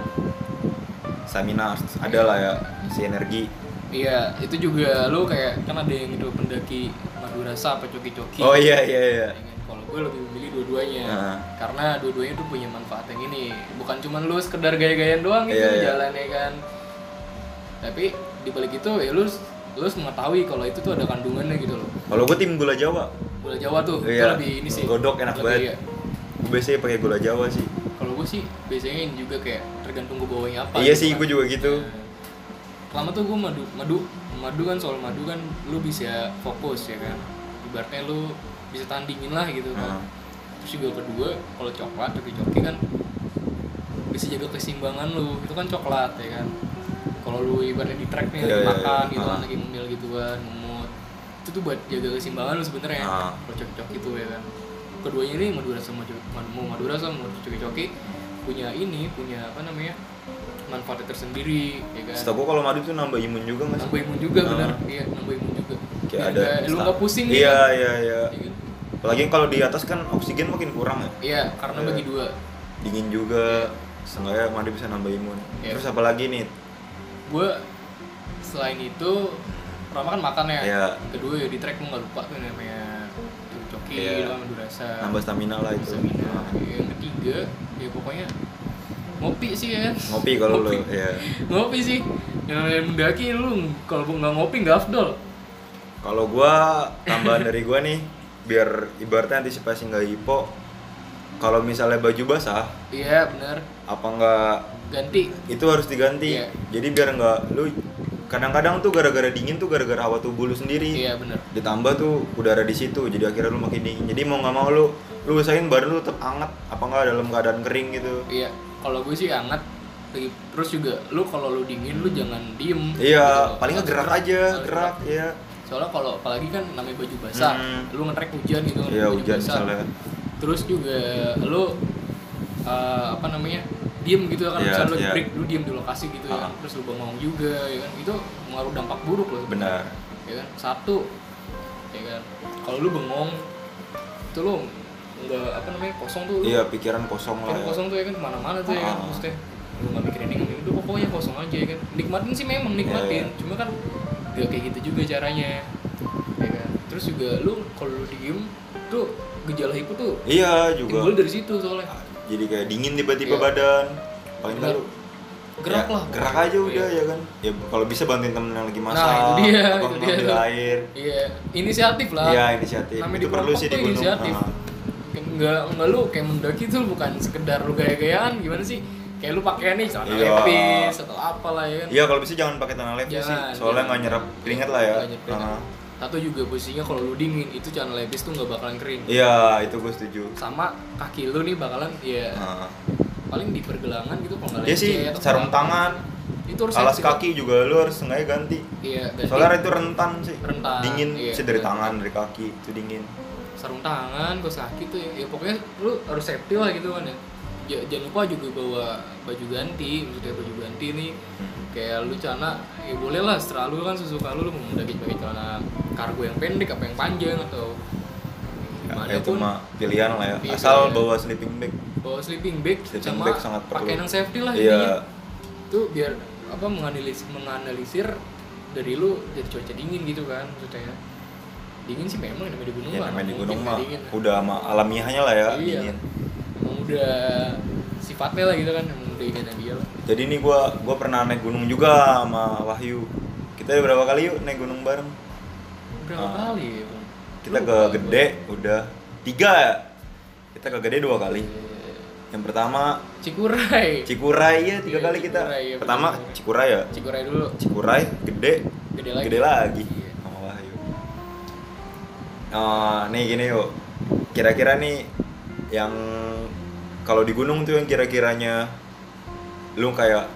Speaker 1: stamina harus ada lah ya si energi
Speaker 2: iya itu juga lo kayak kan ada yang itu pendaki Madura rasa apa coki-coki
Speaker 1: oh iya iya iya
Speaker 2: Dengan- kan? kalau gue lebih memilih dua-duanya
Speaker 1: Heeh.
Speaker 2: karena dua-duanya tuh punya manfaat yang ini bukan cuman lu sekedar gaya-gayaan doang gitu
Speaker 1: Iya, iya.
Speaker 2: jalan ya kan tapi dibalik itu ya lu lu harus mengetahui kalau itu tuh ada kandungannya gitu loh
Speaker 1: kalau gue tim gula jawa
Speaker 2: gula jawa tuh itu
Speaker 1: Iya,
Speaker 2: lebih ini sih
Speaker 1: godok enak
Speaker 2: lebih,
Speaker 1: banget.
Speaker 2: iya.
Speaker 1: gue biasanya pakai gula jawa sih
Speaker 2: kalau gue sih biasanya ini juga kayak tergantung gue bawanya apa
Speaker 1: iya
Speaker 2: gitu
Speaker 1: sih
Speaker 2: kan.
Speaker 1: gue juga gitu
Speaker 2: Nah, Pertama tuh gue madu, madu, madu kan soal madu kan lu bisa fokus ya kan. Ibaratnya lu bisa tandingin lah gitu kan.
Speaker 1: Hmm.
Speaker 2: Terus juga kedua, kalau coklat, coki-coki kan bisa jaga keseimbangan lu. Itu kan coklat ya kan. Kalau lu ibaratnya di track nih
Speaker 1: Iya, iya,
Speaker 2: lagi makan
Speaker 1: iya.
Speaker 2: gitu kan,
Speaker 1: Ah.
Speaker 2: lagi ngemil gitu kan, ngemut. Itu tuh buat jaga keseimbangan lu sebenarnya.
Speaker 1: Ah.
Speaker 2: Kalau coki-coki tuh ya kan. Keduanya ini Madura sama co- ma- mau Madura sama coki-coki punya ini, punya apa namanya? manfaatnya tersendiri ya kan
Speaker 1: setahu gue kalau madu tuh nambah imun juga nggak sih
Speaker 2: nambah imun juga
Speaker 1: Ah.
Speaker 2: benar iya nambah imun juga
Speaker 1: kayak
Speaker 2: Biar
Speaker 1: ada
Speaker 2: nggak- lu nggak pusing gitu.
Speaker 1: iya iya iya
Speaker 2: Iya kan?
Speaker 1: apalagi kalau di atas kan oksigen makin kurang ya
Speaker 2: iya karena
Speaker 1: Iya.
Speaker 2: bagi dua
Speaker 1: dingin juga seenggaknya madu bisa nambah imun
Speaker 2: Iya.
Speaker 1: terus apalagi nih
Speaker 2: gue selain itu pertama kan makan ya
Speaker 1: Iya.
Speaker 2: kedua ya di track lu nggak lupa tuh namanya coki
Speaker 1: Iya.
Speaker 2: lu sama durasa
Speaker 1: nambah stamina lah itu
Speaker 2: Stamina.
Speaker 1: Nah,
Speaker 2: Iya, yang ketiga ya pokoknya ngopi sih ya kan
Speaker 1: ngopi kalau lu
Speaker 2: Ngopi.
Speaker 1: ya
Speaker 2: ngopi sih yang namanya mendaki lu kalau nggak ngopi nggak afdol
Speaker 1: kalau gua tambahan dari gua nih biar ibaratnya antisipasi nggak hipo kalau misalnya baju basah
Speaker 2: iya benar
Speaker 1: apa nggak
Speaker 2: ganti
Speaker 1: itu harus diganti
Speaker 2: Iya.
Speaker 1: jadi biar nggak lu kadang-kadang tuh gara-gara dingin tuh gara-gara hawa tubuh lu sendiri
Speaker 2: iya benar
Speaker 1: ditambah tuh udara di situ jadi akhirnya lu makin dingin jadi mau nggak mau lu lu usahain badan lu tetap anget apa nggak dalam keadaan kering gitu
Speaker 2: Iya, kalau gue sih anget lagi terus juga lu kalau lu dingin lu jangan diem
Speaker 1: Iya,
Speaker 2: gitu.
Speaker 1: paling nggak gerak aja,
Speaker 2: Nah,
Speaker 1: gerak, iya.
Speaker 2: soalnya kalau apalagi kan namanya baju basah
Speaker 1: Hmm.
Speaker 2: lu ngetrek hujan gitu kan
Speaker 1: Iya
Speaker 2: baju
Speaker 1: hujan
Speaker 2: basah.
Speaker 1: misalnya.
Speaker 2: terus juga lu eh, apa namanya diem gitu kan
Speaker 1: Iya,
Speaker 2: misalnya lu
Speaker 1: iya.
Speaker 2: break lu diem di lokasi gitu ya kan
Speaker 1: Ah.
Speaker 2: terus lu bengong juga ya kan itu mengaruh dampak buruk loh
Speaker 1: Benar.
Speaker 2: ya kan satu ya kan kalau lu bengong itu lu nggak apa namanya kosong tuh lu
Speaker 1: Iya pikiran kosong lah.
Speaker 2: Pikiran
Speaker 1: ya.
Speaker 2: kosong tuh ya kan kemana-mana tuh ya kan
Speaker 1: Ah.
Speaker 2: maksudnya lu nggak mikirin ini nggak mikirin itu pokoknya kosong aja ya kan nikmatin sih memang nikmatin
Speaker 1: Iya, iya.
Speaker 2: cuma kan gak kayak gitu juga caranya ya kan terus juga lu kalau lu diem tuh gejala hipo tuh
Speaker 1: Iya juga. Ah,
Speaker 2: timbul dari situ soalnya
Speaker 1: Jadi kayak dingin tiba-tiba
Speaker 2: Iya.
Speaker 1: badan. Paling nggak
Speaker 2: Benar.
Speaker 1: lu-
Speaker 2: gerak
Speaker 1: ya,
Speaker 2: lah Iya.
Speaker 1: Gerak aja udah ya kan. Ya kalau bisa bantuin temen yang lagi
Speaker 2: Nah,
Speaker 1: masak.
Speaker 2: itu dia,
Speaker 1: atau
Speaker 2: itu dia.
Speaker 1: ngambil air.
Speaker 2: iya inisiatif lah
Speaker 1: Iya inisiatif.
Speaker 2: Namanya di
Speaker 1: itu perlu
Speaker 2: kelompok
Speaker 1: sih di
Speaker 2: tuh
Speaker 1: gunung.
Speaker 2: inisiatif.
Speaker 1: Ah.
Speaker 2: Kayak nggak nggak lu kayak mendaki tuh bukan sekedar lu gaya-gayaan gimana sih kayak lu pakaian nih celana
Speaker 1: Iya.
Speaker 2: lepis atau apalah ya kan
Speaker 1: Iya kalau bisa jangan pakai tanah levis sih.
Speaker 2: Jangan,
Speaker 1: Soalnya
Speaker 2: jangan.
Speaker 1: nggak nyerap keringat lah ya.
Speaker 2: Nggak nyerap keringat.
Speaker 1: Ah.
Speaker 2: Satu juga posisinya kalau lu dingin itu celana lepis tuh nggak bakalan kering.
Speaker 1: Iya itu gue setuju.
Speaker 2: Sama kaki lu nih bakalan ya
Speaker 1: Ah.
Speaker 2: paling di pergelangan gitu kalau nggak
Speaker 1: Dia Iya sih
Speaker 2: lecet atau
Speaker 1: sarung
Speaker 2: apa.
Speaker 1: tangan,
Speaker 2: Itu harus
Speaker 1: alas
Speaker 2: sensitif.
Speaker 1: kaki juga lu harus sengaja ganti.
Speaker 2: Iya, ganti.
Speaker 1: Soalnya itu rentan sih.
Speaker 2: Rentan,
Speaker 1: Dingin
Speaker 2: iya,
Speaker 1: sih dari
Speaker 2: iya.
Speaker 1: tangan, dari kaki itu dingin.
Speaker 2: sarung tangan, kaos kaki tuh ya, ya pokoknya lu harus safety lah gitu kan ya. Ja- jangan lupa juga bawa baju ganti, maksudnya baju ganti nih kayak lu celana ya boleh lah setelah lu kan sesuka lu lu mau mendaki pakai celana kargo yang pendek apa yang panjang atau
Speaker 1: Ya,
Speaker 2: gimana
Speaker 1: itu
Speaker 2: pun
Speaker 1: mah pilihan lah ya.
Speaker 2: Pilihan.
Speaker 1: Asal bawa sleeping bag.
Speaker 2: bawa sleeping bag
Speaker 1: Sleeping
Speaker 2: sama
Speaker 1: bag sangat perlu.
Speaker 2: pakaian yang safety lah
Speaker 1: Iya.
Speaker 2: intinya itu biar apa menganalisis menganalisir dari lu jadi cuaca dingin gitu kan maksudnya dingin sih memang namanya di gunung
Speaker 1: Ya
Speaker 2: lah
Speaker 1: namanya di
Speaker 2: mungkin
Speaker 1: gunung
Speaker 2: nggak
Speaker 1: mah
Speaker 2: Iya, dingin.
Speaker 1: udah sama alamiahnya lah ya
Speaker 2: Iya.
Speaker 1: dingin.
Speaker 2: Emang udah sifatnya lah gitu kan emang udah ikannya dia lah
Speaker 1: Jadi ini gua gua pernah naik gunung juga sama Wahyu. Kita udah berapa kali yuk naik gunung bareng?
Speaker 2: berapa
Speaker 1: Ah.
Speaker 2: kali ya Bang?
Speaker 1: Kita
Speaker 2: Lupa
Speaker 1: ke
Speaker 2: gua.
Speaker 1: Gede udah tiga. ya? Kita ke Gede dua kali. Yang pertama
Speaker 2: Cikuray
Speaker 1: Cikuray ya tiga
Speaker 2: Iya,
Speaker 1: kali kita.
Speaker 2: Cikuray, iya,
Speaker 1: pertama
Speaker 2: bener.
Speaker 1: Cikuray ya.
Speaker 2: Cikuray dulu
Speaker 1: Cikuray gede
Speaker 2: Gede lagi.
Speaker 1: gede lagi
Speaker 2: Iya.
Speaker 1: sama Wahyu. Eh, nih gini yuk. Kira-kira nih yang kalau di gunung tuh yang kira-kiranya lu kayak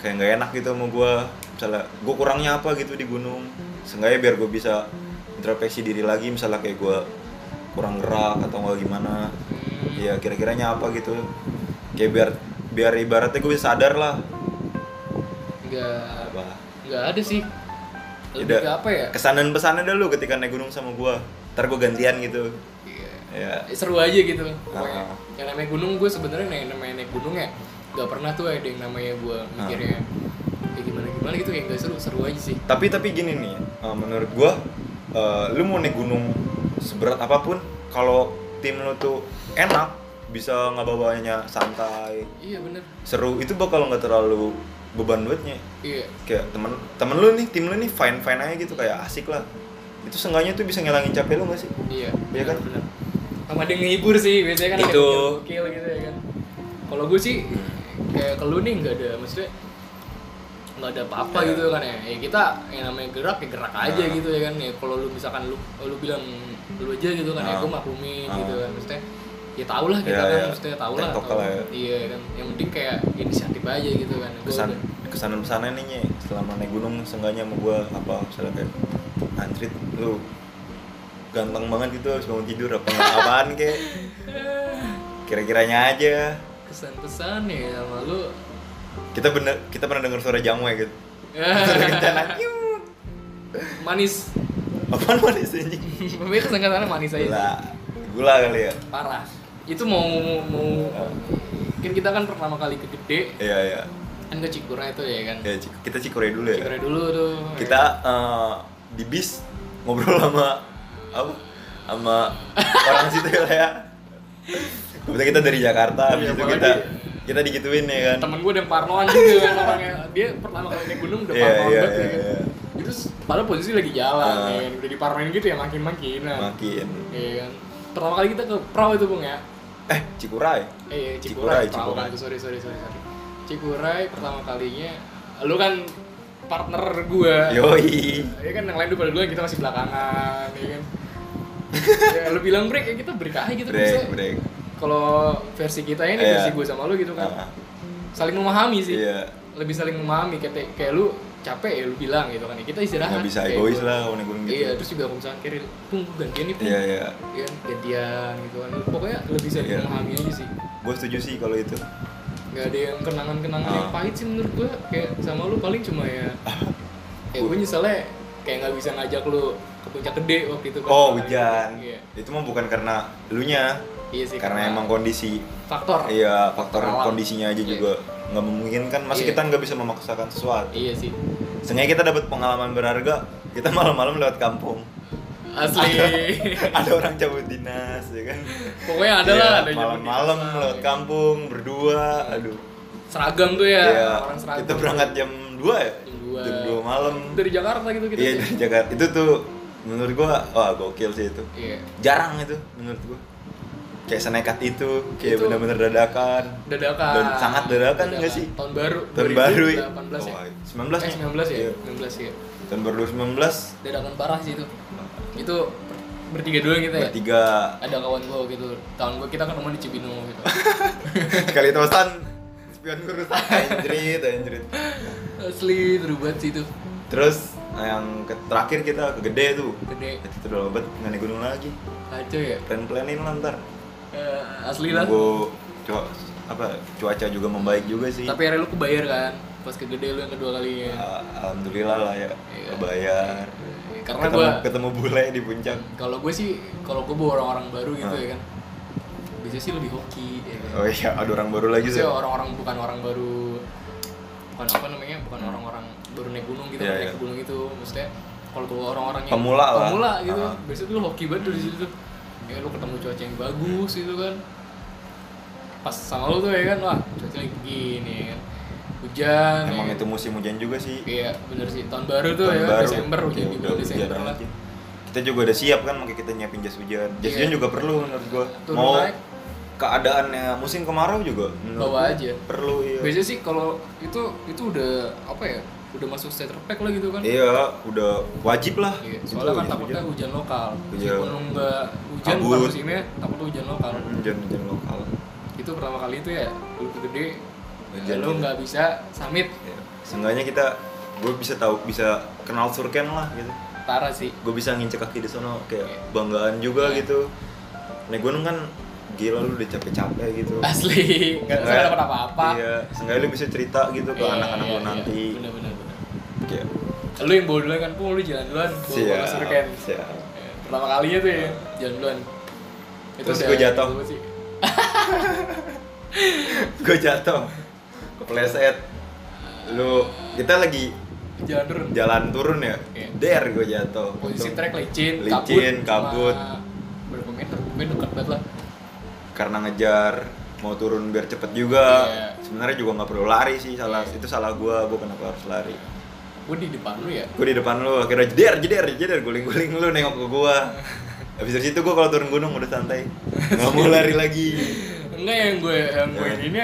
Speaker 1: kayak nggak enak gitu sama gua misalnya gua kurangnya apa gitu di gunung seenggaknya biar gua bisa introspeksi diri lagi misalnya kayak gua kurang gerak atau nggak gimana
Speaker 2: Hmm.
Speaker 1: Iya kira-kiranya apa gitu kayak biar biar ibaratnya gue bisa sadar lah
Speaker 2: nggak
Speaker 1: apa
Speaker 2: nggak ada sih
Speaker 1: Tidak.
Speaker 2: lebih ke apa ya
Speaker 1: kesan dan pesannya dulu ketika naik gunung sama gue ntar gue gantian gitu
Speaker 2: Iya.
Speaker 1: ya
Speaker 2: Eh, seru aja gitu pokoknya
Speaker 1: Ah.
Speaker 2: yang namanya gunung gue sebenarnya yang namanya naik gunung ya nggak pernah tuh ada yang namanya gue mikirnya
Speaker 1: Ah.
Speaker 2: kayak gimana gimana gitu kayak nggak seru seru aja sih
Speaker 1: tapi tapi gini nih eh, menurut gue lu mau naik gunung seberat apapun kalau tim lu tuh enak bisa nggak bawanya santai
Speaker 2: iya bener
Speaker 1: seru itu bakal nggak terlalu beban buatnya
Speaker 2: iya
Speaker 1: kayak temen temen lu nih tim lu nih fine fine aja gitu kayak asik lah itu seenggaknya tuh bisa ngilangin capek lu gak sih
Speaker 2: iya
Speaker 1: Iya kan?
Speaker 2: bener sama ada yang ngehibur sih biasanya kan ada
Speaker 1: Itu.
Speaker 2: yang gokil gitu ya kan kalau gue sih
Speaker 1: Hmm.
Speaker 2: kayak kalau nih nggak ada maksudnya nggak ada apa-apa
Speaker 1: Iya.
Speaker 2: gitu kan ya. ya kita yang namanya gerak ya gerak aja
Speaker 1: Nah.
Speaker 2: gitu ya kan ya kalau lu misalkan lu lu bilang lu aja gitu kan
Speaker 1: Nah.
Speaker 2: ya gue maklumin
Speaker 1: Nah.
Speaker 2: gitu kan maksudnya ya tau lah kita
Speaker 1: Iya,
Speaker 2: kan
Speaker 1: iya.
Speaker 2: maksudnya tau lah
Speaker 1: Tektok
Speaker 2: tau-
Speaker 1: lah ya.
Speaker 2: iya kan yang penting kayak inisiatif aja gitu kan Gua
Speaker 1: kesan
Speaker 2: udah-
Speaker 1: kesan pesannya nih Nye, selama naik gunung seenggaknya sama gua apa misalnya kayak antrit lu ganteng banget gitu harus bangun tidur apa apaan kayak kira-kiranya aja
Speaker 2: kesan pesan ya sama lu
Speaker 1: kita bener kita pernah dengar suara jamu ya gitu kencana "Yuk."
Speaker 2: manis
Speaker 1: apaan manis anjing
Speaker 2: tapi kesan kesannya manis aja
Speaker 1: gula
Speaker 2: sih.
Speaker 1: gula kali ya
Speaker 2: parah itu mau mau kan kita kan pertama kali ke gede
Speaker 1: iya iya
Speaker 2: kan ke Cikura itu ya kan
Speaker 1: ya Cik- kita cikure dulu ya
Speaker 2: Cikure dulu tuh ya
Speaker 1: kita eh, di bis ngobrol sama apa sama orang situ lah ya kebetulan kita dari Jakarta habis
Speaker 2: Iya,
Speaker 1: itu
Speaker 2: apalagi-
Speaker 1: kita kita digituin ya kan
Speaker 2: kan. temen gue udah parnoan juga kan orangnya dia pertama kali naik gunung udah
Speaker 1: Iya,
Speaker 2: parnoan
Speaker 1: iya,
Speaker 2: banget ya
Speaker 1: iya,
Speaker 2: kan
Speaker 1: iya.
Speaker 2: itu s- padahal posisi lagi jalan
Speaker 1: Ah.
Speaker 2: ya kan udah diparnoin gitu ya makin makinan
Speaker 1: makin
Speaker 2: ya kan pertama kali kita ke perahu itu bung ya
Speaker 1: eh Cikuray
Speaker 2: eh iya,
Speaker 1: Cikuray,
Speaker 2: Cikuray, perahu
Speaker 1: Cikuray.
Speaker 2: kan sorry sorry sorry sorry Cikuray pertama kalinya lu kan partner gue
Speaker 1: Iya, yoi
Speaker 2: ya kan yang lain udah pada duluan kita masih belakangan ya kan ya lu bilang break ya kita break aja gitu
Speaker 1: break
Speaker 2: maksudnya.
Speaker 1: break
Speaker 2: kalau versi kita ini
Speaker 1: Iya.
Speaker 2: versi gue sama lu gitu kan
Speaker 1: Ah,
Speaker 2: saling memahami sih
Speaker 1: Iya.
Speaker 2: lebih saling memahami kayak kayak lu capek ya lu bilang gitu kan kita istirahat
Speaker 1: Nggak bisa
Speaker 2: Kayak
Speaker 1: egois
Speaker 2: gua-
Speaker 1: lah kalau nih gitu.
Speaker 2: iya terus juga kalau misalkan Keril pun gua gantian nih pun
Speaker 1: Iya, iya.
Speaker 2: Iya, gantian gitu kan pokoknya lebih saling
Speaker 1: Iya.
Speaker 2: memahami aja sih
Speaker 1: Gue setuju sih kalau itu.
Speaker 2: nggak ada yang kenangan-kenangan yang
Speaker 1: Ah.
Speaker 2: pahit sih menurut gua kayak sama lu paling cuma ya kayak gue nyeselnya kayak nggak bisa ngajak lu ke puncak gede waktu itu kan.
Speaker 1: Oh, hujan.
Speaker 2: iya
Speaker 1: Itu mah bukan karena elunya.
Speaker 2: iya sih
Speaker 1: Karena emang kondisi
Speaker 2: faktor
Speaker 1: Iya, faktor
Speaker 2: Alam.
Speaker 1: kondisinya aja
Speaker 2: Iya.
Speaker 1: juga nggak memungkinkan. Masih
Speaker 2: Iya.
Speaker 1: kita nggak bisa memaksakan sesuatu.
Speaker 2: iya sih
Speaker 1: Seenggaknya kita dapat pengalaman berharga. Kita malam-malam lewat kampung.
Speaker 2: asli
Speaker 1: ada orang cabut dinas, ya kan?
Speaker 2: pokoknya ada lah
Speaker 1: Iya,
Speaker 2: ada zaman di
Speaker 1: Malam-malam
Speaker 2: masa,
Speaker 1: lewat
Speaker 2: iya.
Speaker 1: kampung berdua. Aduh.
Speaker 2: seragam tuh ya
Speaker 1: Iya.
Speaker 2: orang seragam
Speaker 1: Kita berangkat jam 2 ya?
Speaker 2: Jam dua.
Speaker 1: Jam 2 malam.
Speaker 2: dari Jakarta gitu gitu
Speaker 1: Iya, dari Jakarta. Itu tuh menurut gua wah gokil sih itu.
Speaker 2: iya
Speaker 1: Jarang itu menurut gua. Kayak senekat itu, kayak
Speaker 2: Itu-
Speaker 1: bener-bener dadakan.
Speaker 2: dadakan
Speaker 1: Dan sangat dadakan nggak sih?
Speaker 2: tahun baru
Speaker 1: Tahun baru ya?
Speaker 2: 2018 ya
Speaker 1: Oh, 19
Speaker 2: eh
Speaker 1: ya?
Speaker 2: 19 ya
Speaker 1: Iya.
Speaker 2: 19 ya
Speaker 1: Tahun baru 19
Speaker 2: dadakan parah sih itu itu bertiga doang kita ya
Speaker 1: bertiga
Speaker 2: ada kawan gue gitu tahun gue kita ketemu di Cibinong gitu
Speaker 1: kali terusan spion kurus anjrit anjrit
Speaker 2: asli terubah sih itu
Speaker 1: terus nah, yang ke- terakhir kita ke gede tuh
Speaker 2: gede
Speaker 1: itu udah lobet nggak naik gunung lagi
Speaker 2: kacau ya
Speaker 1: plan planin lah ntar
Speaker 2: Eh, asli lah
Speaker 1: Nunggu cua- apa cuaca juga membaik juga sih
Speaker 2: tapi akhirnya lu kebayar kan pas ke gede lu yang kedua ya. kalinya
Speaker 1: Ah, alhamdulillah lah ya
Speaker 2: Iya.
Speaker 1: kebayar
Speaker 2: karena
Speaker 1: Iya. ketemu,
Speaker 2: gue
Speaker 1: ketemu bule di puncak
Speaker 2: kalau gue sih kalau gue bawa orang-orang baru gitu
Speaker 1: Ah.
Speaker 2: ya kan biasanya sih lebih hoki ya kan?
Speaker 1: oh iya ada orang baru lagi sih
Speaker 2: Biasanya orang-orang bukan orang baru bukan apa namanya bukan orang-orang baru naik gunung gitu
Speaker 1: Hmm. Iya,
Speaker 2: baru naik
Speaker 1: iya.
Speaker 2: ke gunung itu maksudnya kalau bawa orang-orang yang
Speaker 1: Pemula lah.
Speaker 2: pemula gitu
Speaker 1: Ah.
Speaker 2: biasanya tuh lo hoki banget tuh di situ tuh ya lo ketemu cuaca yang bagus
Speaker 1: Hmm.
Speaker 2: gitu kan pas sama lo tuh ya kan wah cuaca lagi gini ya kan hujan ya
Speaker 1: emang
Speaker 2: kan?
Speaker 1: itu musim hujan juga sih
Speaker 2: iya bener sih tahun baru tuh
Speaker 1: Tahun
Speaker 2: ya
Speaker 1: baru.
Speaker 2: Desember hujan
Speaker 1: Ya,
Speaker 2: di
Speaker 1: udah
Speaker 2: bulan
Speaker 1: hujan
Speaker 2: Desember lah
Speaker 1: aja. Kita juga udah siap kan makanya kita nyiapin jas hujan. Jas
Speaker 2: Iya.
Speaker 1: hujan juga perlu menurut gua.
Speaker 2: Turun
Speaker 1: Mau
Speaker 2: naik.
Speaker 1: keadaannya musim kemarau juga menurut
Speaker 2: Bawa
Speaker 1: gua
Speaker 2: aja.
Speaker 1: Perlu iya.
Speaker 2: biasanya sih kalau itu itu udah apa ya udah masuk starter pack lah gitu kan
Speaker 1: Iya, udah wajib lah.
Speaker 2: Iya,
Speaker 1: Itu
Speaker 2: soalnya kan
Speaker 1: jas
Speaker 2: takutnya
Speaker 1: hujan.
Speaker 2: hujan lokal.
Speaker 1: Hujan.
Speaker 2: Meskipun nggak hujan
Speaker 1: Kabut.
Speaker 2: bukan musimnya, takutnya hujan lokal.
Speaker 1: hujan hujan lokal.
Speaker 2: Itu pertama kali itu ya, lu gede,
Speaker 1: Hujan
Speaker 2: lu
Speaker 1: gitu.
Speaker 2: nggak bisa summit,
Speaker 1: Ya. Seenggaknya kita gue bisa tahu bisa kenal surken lah gitu.
Speaker 2: parah sih.
Speaker 1: Gue bisa nginjek kaki di sono kayak
Speaker 2: Iya.
Speaker 1: banggaan juga
Speaker 2: Iya.
Speaker 1: gitu. Naik gunung kan gila lu udah capek-capek gitu.
Speaker 2: Asli, nggak bisa
Speaker 1: Nggak-
Speaker 2: dapat apa-apa.
Speaker 1: Iya, seenggaknya lu bisa cerita gitu ke
Speaker 2: Iya,
Speaker 1: anak-anak
Speaker 2: iya,
Speaker 1: lu
Speaker 2: iya.
Speaker 1: nanti.
Speaker 2: Bener-bener. bener.
Speaker 1: Kayak,
Speaker 2: Lu yang bawa duluan kan, pun lu jalan duluan, bawa bawa
Speaker 1: Siap,
Speaker 2: surken.
Speaker 1: siap.
Speaker 2: Iya, Pertama kalinya tuh ya, jalan duluan.
Speaker 1: Terus
Speaker 2: udah
Speaker 1: gua jatuh.
Speaker 2: gitu sih.
Speaker 1: gue jatuh kepleset lu kita lagi
Speaker 2: Jalan turun.
Speaker 1: jalan turun ya
Speaker 2: Iya.
Speaker 1: der gue jatuh
Speaker 2: Posisi
Speaker 1: Untung-
Speaker 2: trek licin,
Speaker 1: Licin, kabut.
Speaker 2: sama Berapa meter? Mungkin dekat banget lah.
Speaker 1: karena ngejar mau turun biar cepet juga
Speaker 2: Iya.
Speaker 1: sebenarnya juga nggak perlu lari sih salah
Speaker 2: Iya.
Speaker 1: itu salah gue gue kenapa harus lari
Speaker 2: Gue di depan lu ya,
Speaker 1: gue di depan lu akhirnya jeder jeder jeder guling guling lu nengok ke gue habis dari situ gue kalau turun gunung udah santai nggak mau lari lagi
Speaker 2: Enggak yang gue yang gue
Speaker 1: Ya.
Speaker 2: ini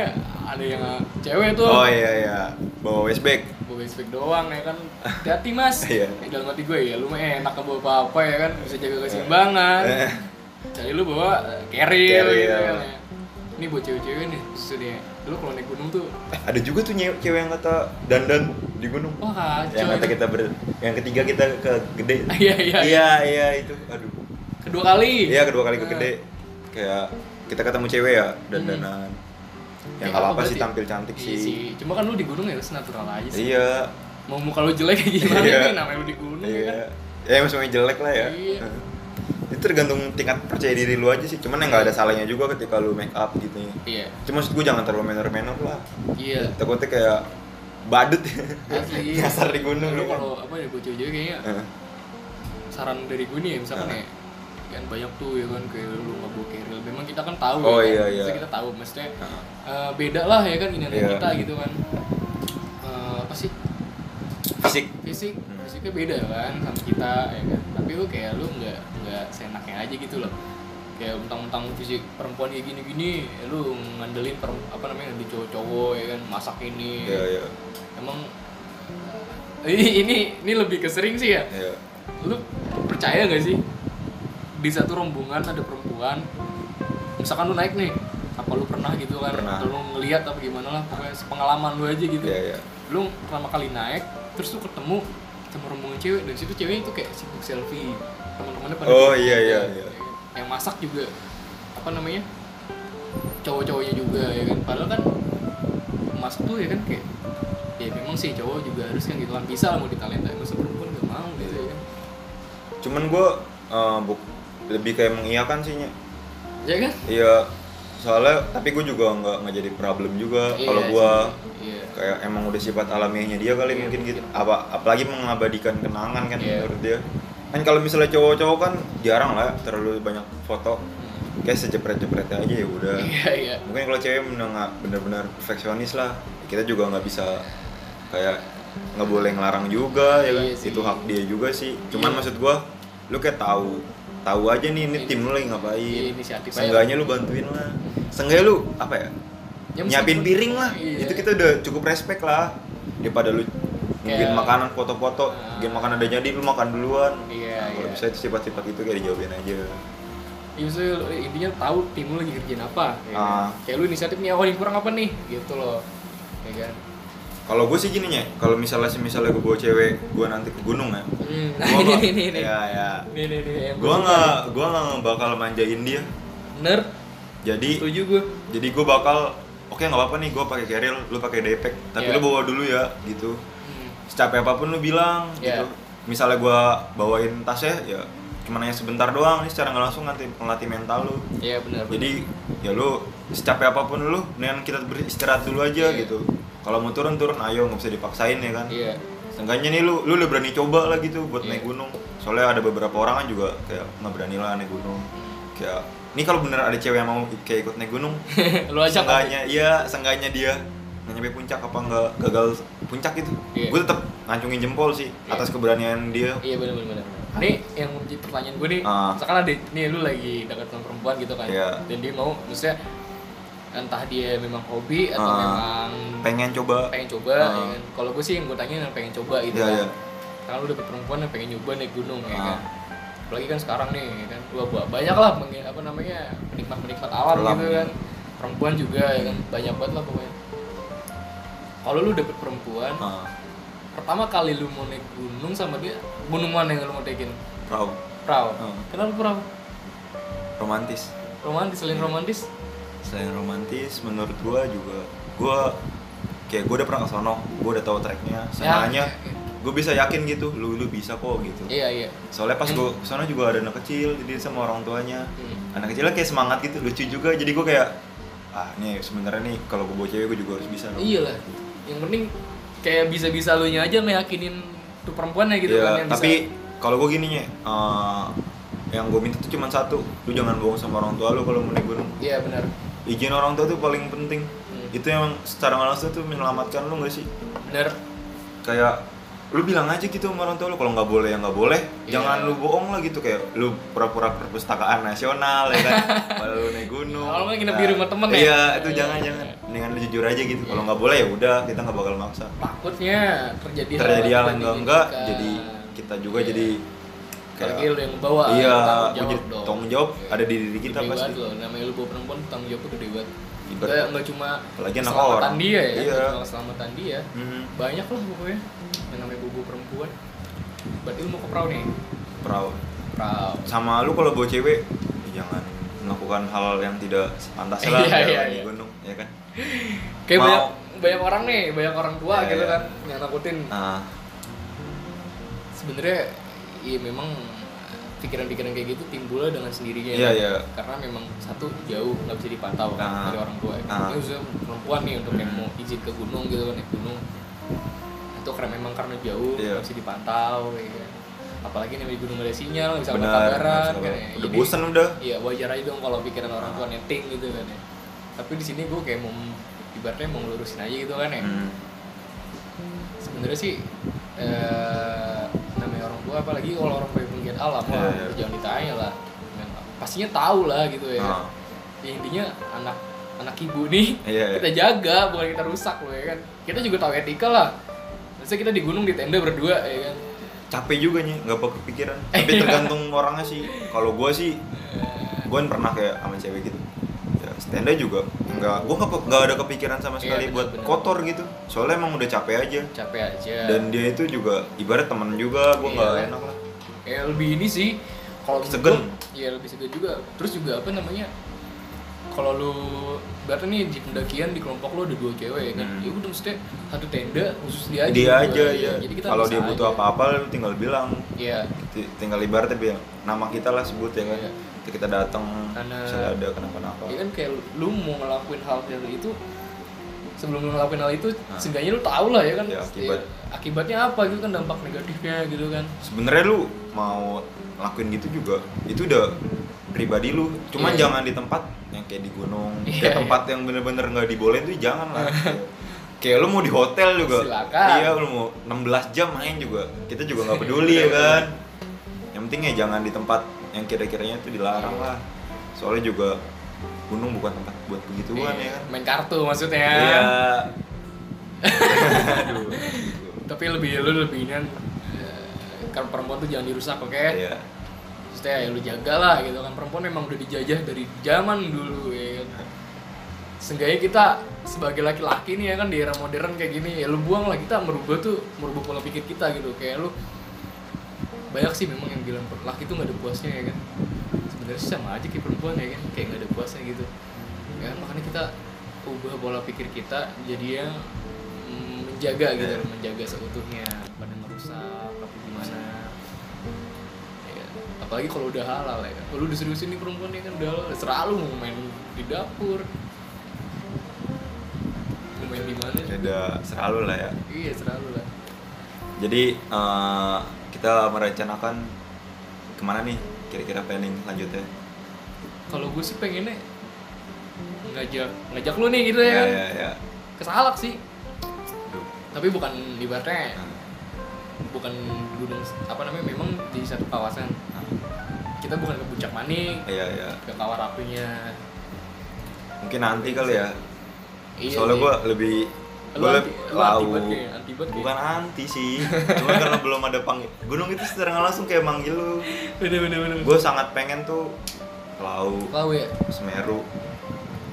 Speaker 2: ada yang cewek tuh.
Speaker 1: oh iya iya bawa westback
Speaker 2: Gue spek doang ya kan. Hati mas.
Speaker 1: Iya.
Speaker 2: Eh, Dalam hati gue ya lu mah enak ke bawa apa-apa ya kan bisa jaga keseimbangan.
Speaker 1: Eh.
Speaker 2: Cari lu bawa eh, keril
Speaker 1: Keril.
Speaker 2: gitu kan. ya. Ini buat cewek-cewek nih maksudnya. Lu kalau naik gunung tuh
Speaker 1: ada juga tuh nye- cewek yang kata dandan di gunung
Speaker 2: wah kacau.
Speaker 1: yang kata
Speaker 2: itu.
Speaker 1: kita ber yang ketiga kita ke gede
Speaker 2: Iya, iya.
Speaker 1: iya iya itu aduh
Speaker 2: Kedua kali.
Speaker 1: iya kedua kali ke
Speaker 2: Ah.
Speaker 1: gede kayak kita ketemu cewek ya dandanan
Speaker 2: Kayak
Speaker 1: yang apa apa
Speaker 2: Hmm. Iya, berarti?
Speaker 1: Ya, sih tampil cantik
Speaker 2: Iya
Speaker 1: sih
Speaker 2: Cuma kan lu di gunung ya lu natural aja sih.
Speaker 1: iya
Speaker 2: Mau muka lu jelek kayak gimana
Speaker 1: Iya.
Speaker 2: kan namanya lu di gunung ya kan.
Speaker 1: iya ya maksudnya jelek lah ya
Speaker 2: Iya.
Speaker 1: itu tergantung tingkat percaya diri lu aja sih cuman yang nggak ada salahnya juga ketika lu make up gitu ya
Speaker 2: Iya.
Speaker 1: cuma maksud gue jangan terlalu menor-menor lah
Speaker 2: Iya.
Speaker 1: takutnya kayak badut
Speaker 2: Asli.
Speaker 1: nyasar di gunung ya
Speaker 2: Lu
Speaker 1: kan.
Speaker 2: kalau apa ya buat cewek-cewek kayaknya
Speaker 1: Eh.
Speaker 2: saran dari gue nih ya, misalkan
Speaker 1: Nah.
Speaker 2: ya kan banyak tuh ya kan kayak lu nggak bawa keril memang kita kan tahu
Speaker 1: Oh,
Speaker 2: ya
Speaker 1: iya,
Speaker 2: kan?
Speaker 1: iya.
Speaker 2: Maksudnya kita tahu maksudnya
Speaker 1: Nah.
Speaker 2: eh, beda lah ya kan ini
Speaker 1: Iya.
Speaker 2: kita gitu kan Eh, apa sih
Speaker 1: fisik
Speaker 2: fisik
Speaker 1: Hmm.
Speaker 2: fisiknya beda kan sama kita ya kan tapi lu kayak lu nggak nggak seenaknya aja gitu loh kayak mentang-mentang fisik perempuan kayak gini-gini lu ngandelin perem- apa namanya di cowok-cowok ya kan masak ini
Speaker 1: iya iya
Speaker 2: emang ini ini ini lebih kesering sih ya
Speaker 1: iya
Speaker 2: lu percaya gak sih di satu rombongan ada perempuan misalkan lu naik nih apa lu pernah gitu kan
Speaker 1: Pernah.
Speaker 2: atau lu ngelihat apa gimana lah pokoknya pengalaman lu aja gitu
Speaker 1: Iya, iya.
Speaker 2: lu pertama kali naik terus lu ketemu sama rombongan cewek dan situ ceweknya itu kayak sibuk selfie teman-temannya pada
Speaker 1: Oh, iya, iya, iya.
Speaker 2: yang masak juga apa namanya cowok-cowoknya juga ya kan padahal kan masak tuh ya kan kayak ya memang sih cowok juga harus kan gitu kan bisa lah mau ditalenta masa perempuan gak mau gitu ya kan
Speaker 1: Cuman gue eh, buk- lebih kayak mengiyakan sih Nya.
Speaker 2: ya kan
Speaker 1: Iya, soalnya tapi gue juga nggak nggak jadi problem juga Eh, kalau
Speaker 2: Iya
Speaker 1: gue
Speaker 2: sih. iya
Speaker 1: kayak emang udah sifat alamiahnya dia kali
Speaker 2: Iya,
Speaker 1: mungkin gitu.
Speaker 2: mungkin.
Speaker 1: Apa apalagi mengabadikan kenangan kan
Speaker 2: Iya.
Speaker 1: menurut dia. Kan kalau misalnya cowok-cowok kan jarang lah terlalu banyak foto.
Speaker 2: Hmm.
Speaker 1: Kayak sejepret-jepretnya aja ya udah.
Speaker 2: iya iya
Speaker 1: Mungkin kalau cewek bener- nggak bener-bener perfeksionis lah. Kita juga nggak bisa kayak nggak boleh ngelarang juga ya kan.
Speaker 2: Iya sih.
Speaker 1: Itu hak dia juga sih. Cuman
Speaker 2: Iya.
Speaker 1: maksud gua lu kayak tahu tahu aja nih ini tim lu lagi ngapain.
Speaker 2: Iya, inisiatif aja.
Speaker 1: Seenggaknya lu bantuin lah. Seenggaknya lu apa ya?
Speaker 2: Ya,
Speaker 1: nyiapin
Speaker 2: meskipun-
Speaker 1: piring lah.
Speaker 2: Iya.
Speaker 1: Itu kita udah cukup respect lah daripada lu mungkin
Speaker 2: Kayak-
Speaker 1: makanan foto-foto,
Speaker 2: Ah.
Speaker 1: mungkin makanan udah jadi lu makan duluan.
Speaker 2: Iya,
Speaker 1: Nah, Kalau
Speaker 2: iya.
Speaker 1: bisa sifat-sifat itu kayak dijawabin aja.
Speaker 2: Ya, maksudnya lu- intinya tahu tim lu lagi kerjain apa. ya kan?
Speaker 1: Ah.
Speaker 2: Kayak lu inisiatif nih, oh yang kurang apa nih, gitu loh. Ya kan.
Speaker 1: Kalau gue sih gini ya, kalau misalnya misalnya gue bawa cewek, gue nanti ke gunung ya.
Speaker 2: Hmm. Nah,
Speaker 1: Gua
Speaker 2: ini,
Speaker 1: nggak-
Speaker 2: ini, ini.
Speaker 1: Ya, ya.
Speaker 2: Nih nih nih. yang
Speaker 1: Gue
Speaker 2: gua suka
Speaker 1: nggak, gue nggak bakal manjain dia.
Speaker 2: nih. Bener.
Speaker 1: Jadi,
Speaker 2: Setuju gue.
Speaker 1: jadi gue bakal, oke nggak apa-apa nih, gue pakai keril, lu pakai depek, tapi
Speaker 2: Iya.
Speaker 1: lu bawa dulu ya, gitu.
Speaker 2: Hmm.
Speaker 1: Secapek apapun lu bilang, gitu.
Speaker 2: Iya.
Speaker 1: Misalnya gue bawain tasnya, ya cuma nanya sebentar doang, ini secara nggak langsung nanti ngelatih mental lu.
Speaker 2: Iya bener. bener.
Speaker 1: Jadi, ya lu secapek apapun lu, mendingan kita beristirahat dulu aja,
Speaker 2: Iya.
Speaker 1: gitu. Kalau mau turun turun, ayo nggak bisa dipaksain ya kan.
Speaker 2: Iya.
Speaker 1: Seenggaknya nih lu lu udah berani coba lah gitu buat
Speaker 2: Iya.
Speaker 1: naik gunung. Soalnya ada beberapa orang kan juga kayak nggak berani lah naik gunung. Kayak ini kalau bener ada cewek yang mau ik- kayak ikut naik gunung,
Speaker 2: lu ajak kan?
Speaker 1: seenggaknya iya, seenggaknya dia nggak nyampe puncak apa nggak gagal puncak gitu.
Speaker 2: Iya.
Speaker 1: Gue tetap ngancungin jempol sih
Speaker 2: Iya.
Speaker 1: atas keberanian dia.
Speaker 2: Iya bener bener bener. Ini yang jadi pertanyaan gue nih,
Speaker 1: Ah.
Speaker 2: misalkan ada nih lu lagi dekat sama perempuan gitu kan.
Speaker 1: Iya.
Speaker 2: Dan dia mau maksudnya entah dia memang hobi atau
Speaker 1: Ah.
Speaker 2: memang
Speaker 1: Pengen coba.
Speaker 2: pengen coba
Speaker 1: Ah.
Speaker 2: ya kan. Kalau gue sih yang gue tanya yang pengen coba gitu
Speaker 1: Iya,
Speaker 2: kan.
Speaker 1: iya.
Speaker 2: Karena lu dapet perempuan yang pengen nyoba naik gunung ya
Speaker 1: Ah.
Speaker 2: kan. Apalagi kan sekarang nih ya kan. Wah, ba- banyak lah meng- apa namanya penikmat-penikmat alam
Speaker 1: Alam.
Speaker 2: gitu kan. Perempuan juga ya kan banyak banget lah pokoknya. Kalau lu dapet perempuan,
Speaker 1: Ah,
Speaker 2: pertama kali lu mau naik gunung sama dia, gunung mana yang lu mau naikin?
Speaker 1: perahu.
Speaker 2: Perahu.
Speaker 1: Ah.
Speaker 2: Kenapa perahu?
Speaker 1: romantis.
Speaker 2: Romantis,
Speaker 1: Hmm.
Speaker 2: selain romantis?
Speaker 1: Selain romantis, menurut gua juga gua kayak gua udah pernah ke sono, gua udah tahu treknya. Seenggaknya
Speaker 2: iya,
Speaker 1: gua bisa yakin gitu, lu lu bisa kok gitu.
Speaker 2: Iya, iya.
Speaker 1: soalnya pas gue kesana juga ada anak kecil jadi sama orang tuanya
Speaker 2: Hmm.
Speaker 1: anak kecilnya kayak semangat gitu lucu juga jadi gue kayak ah nih sebenarnya nih kalau gue bawa cewek gue juga harus bisa dong
Speaker 2: Iya lah. Yang penting kayak bisa-bisa lu nya aja meyakinin tuh perempuannya gitu
Speaker 1: Iya,
Speaker 2: kan yang bisa-
Speaker 1: tapi kalau gue gininya eh, yang gue minta tuh cuma satu lu jangan bohong sama orang tua lu kalau mau naik gunung
Speaker 2: Iya benar.
Speaker 1: izin orang tua tuh paling penting
Speaker 2: Hmm.
Speaker 1: itu yang secara nggak langsung tuh menyelamatkan lu gak sih
Speaker 2: Benar.
Speaker 1: kayak lu bilang aja gitu sama orang tua lu kalau nggak boleh ya nggak boleh
Speaker 2: Iya.
Speaker 1: jangan lu bohong lah gitu kayak lu pura-pura perpustakaan nasional ya kan kalau lu naik gunung
Speaker 2: Kalau nggak nginep di rumah temen ya?
Speaker 1: iya itu
Speaker 2: Iya.
Speaker 1: jangan jangan mendingan lu jujur aja gitu kalau nggak boleh ya udah kita nggak bakal maksa
Speaker 2: Takutnya terjadi
Speaker 1: terjadi hal yang
Speaker 2: yang
Speaker 1: enggak enggak
Speaker 2: diinginkan.
Speaker 1: jadi kita juga
Speaker 2: Iya.
Speaker 1: jadi
Speaker 2: Apalagi lu yang bawa
Speaker 1: iya
Speaker 2: tanggung
Speaker 1: gua
Speaker 2: jawab
Speaker 1: jadi
Speaker 2: dong.
Speaker 1: tanggung jawab
Speaker 2: Iya.
Speaker 1: ada di diri kita
Speaker 2: gede
Speaker 1: pasti
Speaker 2: banget loh. Namanya lu bawa perempuan tanggung jawab lu gede banget.
Speaker 1: Ibarat-
Speaker 2: Enggak enggak cuma
Speaker 1: Apalagi anak
Speaker 2: keselamatan
Speaker 1: orang.
Speaker 2: dia ya,
Speaker 1: Iya.
Speaker 2: nggak cuma keselamatan dia.
Speaker 1: Mhm.
Speaker 2: Banyak lah pokoknya yang namanya bubu perempuan. Berarti lu mau ke perahu nih?
Speaker 1: perawan
Speaker 2: Perahu.
Speaker 1: sama lu kalau bawa cewek ya jangan melakukan hal yang tidak sepantasnya lah
Speaker 2: Iya,
Speaker 1: kayak
Speaker 2: iya,
Speaker 1: di
Speaker 2: iya.
Speaker 1: gunung ya kan
Speaker 2: Kayak
Speaker 1: Mau.
Speaker 2: banyak banyak orang nih, banyak orang tua
Speaker 1: Iya,
Speaker 2: gitu
Speaker 1: iya.
Speaker 2: kan yang nakutin.
Speaker 1: nah
Speaker 2: Sebenarnya iya memang pikiran-pikiran kayak gitu timbulnya dengan sendirinya. kan.
Speaker 1: Iya, iya.
Speaker 2: Karena memang satu jauh nggak bisa dipantau
Speaker 1: Ah.
Speaker 2: dari orang tua. Ya.
Speaker 1: Ah. Hmm.
Speaker 2: Ini khususnya perempuan nih untuk yang mau izin ke gunung gitu kan naik gunung. Itu karena memang karena jauh
Speaker 1: Iya.
Speaker 2: nggak bisa dipantau. Ya. kan. Apalagi nih di gunung ada sinyal, nggak bisa
Speaker 1: Benar,
Speaker 2: kabaran.
Speaker 1: nggak bisa
Speaker 2: Kan, ya.
Speaker 1: kabaran. Udah
Speaker 2: Jadi-
Speaker 1: bosen udah.
Speaker 2: Iya wajar aja dong kalau pikiran orang tua netting gitu kan ya. Tapi di sini gue kayak mau ibaratnya mau ngelurusin aja gitu kan ya
Speaker 1: Hmm.
Speaker 2: sebenarnya sih eh, namanya orang tua apalagi kalau orang punya penggiat alam
Speaker 1: Iya,
Speaker 2: lah
Speaker 1: iya.
Speaker 2: jangan ditanya lah Dan pastinya tahu lah gitu ya
Speaker 1: Ah.
Speaker 2: Ya, intinya anak anak ibu nih
Speaker 1: Iya, iya.
Speaker 2: kita jaga bukan kita rusak loh ya kan kita juga tahu etika lah Maksudnya kita di gunung di tenda berdua ya kan
Speaker 1: capek juga nih nggak bakal kepikiran tapi tergantung orangnya sih kalau gue sih gue pernah kayak sama cewek gitu ya, tenda juga nggak gue nggak nggak ada kepikiran sama
Speaker 2: Iya,
Speaker 1: sekali
Speaker 2: bener,
Speaker 1: buat
Speaker 2: bener.
Speaker 1: kotor gitu soalnya emang udah capek aja
Speaker 2: capek aja
Speaker 1: dan dia itu juga ibarat temen juga gue nggak
Speaker 2: Iya.
Speaker 1: enak lah
Speaker 2: ya lebih ini sih kalau menurut
Speaker 1: Seger.
Speaker 2: gua, ya lebih seger juga terus juga apa namanya kalau lu berarti nih di pendakian di kelompok lu ada dua cewek ya kan
Speaker 1: Hmm.
Speaker 2: ya udah mesti satu tenda khusus dia aja
Speaker 1: dia
Speaker 2: berdua,
Speaker 1: aja
Speaker 2: iya.
Speaker 1: ya
Speaker 2: jadi kita
Speaker 1: kalau
Speaker 2: bisa
Speaker 1: dia butuh
Speaker 2: aja.
Speaker 1: apa-apa lu tinggal bilang
Speaker 2: iya
Speaker 1: Ti- tinggal ibaratnya bilang nama kita lah sebut ya kan
Speaker 2: Iya.
Speaker 1: Nanti kita datang
Speaker 2: Karena-
Speaker 1: misalnya ada kenapa-napa
Speaker 2: ya kan kayak lu mau ngelakuin hal kayak itu sebelum lu ngelakuin hal itu
Speaker 1: Nah.
Speaker 2: seenggaknya lu tau lah ya kan
Speaker 1: Ya, akibat.
Speaker 2: Ya, akibatnya apa gitu kan dampak negatifnya gitu kan
Speaker 1: sebenarnya lu mau lakuin gitu juga itu udah pribadi lu cuman
Speaker 2: Iya.
Speaker 1: jangan di tempat yang kayak di gunung
Speaker 2: Iya,
Speaker 1: kayak
Speaker 2: iya.
Speaker 1: tempat yang bener-bener nggak dibolehin tuh jangan lah Kayak- kayak lu mau di hotel juga
Speaker 2: Silakan.
Speaker 1: iya lu mau 16 jam main juga kita juga nggak peduli
Speaker 2: Iya,
Speaker 1: ya kan yang penting ya jangan di tempat yang kira-kiranya itu dilarang
Speaker 2: Iya.
Speaker 1: lah soalnya juga gunung bukan tempat buat begituan ya
Speaker 2: Iya,
Speaker 1: kan
Speaker 2: main kartu maksudnya
Speaker 1: iya
Speaker 2: tapi lebih lu lebih ini kan kan perempuan tuh jangan dirusak oke
Speaker 1: iya
Speaker 2: Maksudnya ya lu jagalah gitu kan perempuan memang udah dijajah dari zaman dulu ya kan. Seenggaknya kita sebagai laki-laki nih ya kan di era modern kayak gini ya lu buang lah kita merubah tuh merubah pola pikir kita gitu kayak lu banyak sih memang yang bilang per- laki tuh nggak ada puasnya ya kan sebenarnya sih sama aja kayak perempuan ya kan kayak nggak ada puasnya gitu ya kan, makanya kita ubah pola pikir kita jadi yang mm, menjaga gitu
Speaker 1: Iya.
Speaker 2: menjaga seutuhnya pada ngerusak apa gimana Ya, apalagi kalau udah halal ya kan kalau udah serius ini perempuan ya kan udah halal selalu mau main di dapur mau main di mana juga.
Speaker 1: ada selalu lah ya
Speaker 2: iya selalu lah
Speaker 1: Jadi eh, kita merencanakan kemana nih kira-kira planning lanjutnya?
Speaker 2: kalau gue sih pengennya ngajak ngajak lu nih gitu ya
Speaker 1: ya
Speaker 2: kan
Speaker 1: ya. ya.
Speaker 2: ke Salak sih
Speaker 1: Aduh.
Speaker 2: tapi bukan ibaratnya
Speaker 1: Nah,
Speaker 2: bukan gunung apa namanya memang di satu kawasan
Speaker 1: nah.
Speaker 2: kita bukan ke puncak manik
Speaker 1: Iya ya.
Speaker 2: ke kawar apinya
Speaker 1: Mungkin nanti kali ya.
Speaker 2: Iya
Speaker 1: Soalnya
Speaker 2: sih.
Speaker 1: gua lebih
Speaker 2: Lu
Speaker 1: gua
Speaker 2: anti-
Speaker 1: lebih
Speaker 2: lu anti
Speaker 1: tahu.
Speaker 2: banget kayaknya, anti banget
Speaker 1: Bukan anti sih, cuma karena belum ada panggil. Gunung itu secara langsung kayak manggil lu.
Speaker 2: bener bener bener
Speaker 1: Gue sangat pengen tuh Lau,
Speaker 2: Tahu ya
Speaker 1: Semeru,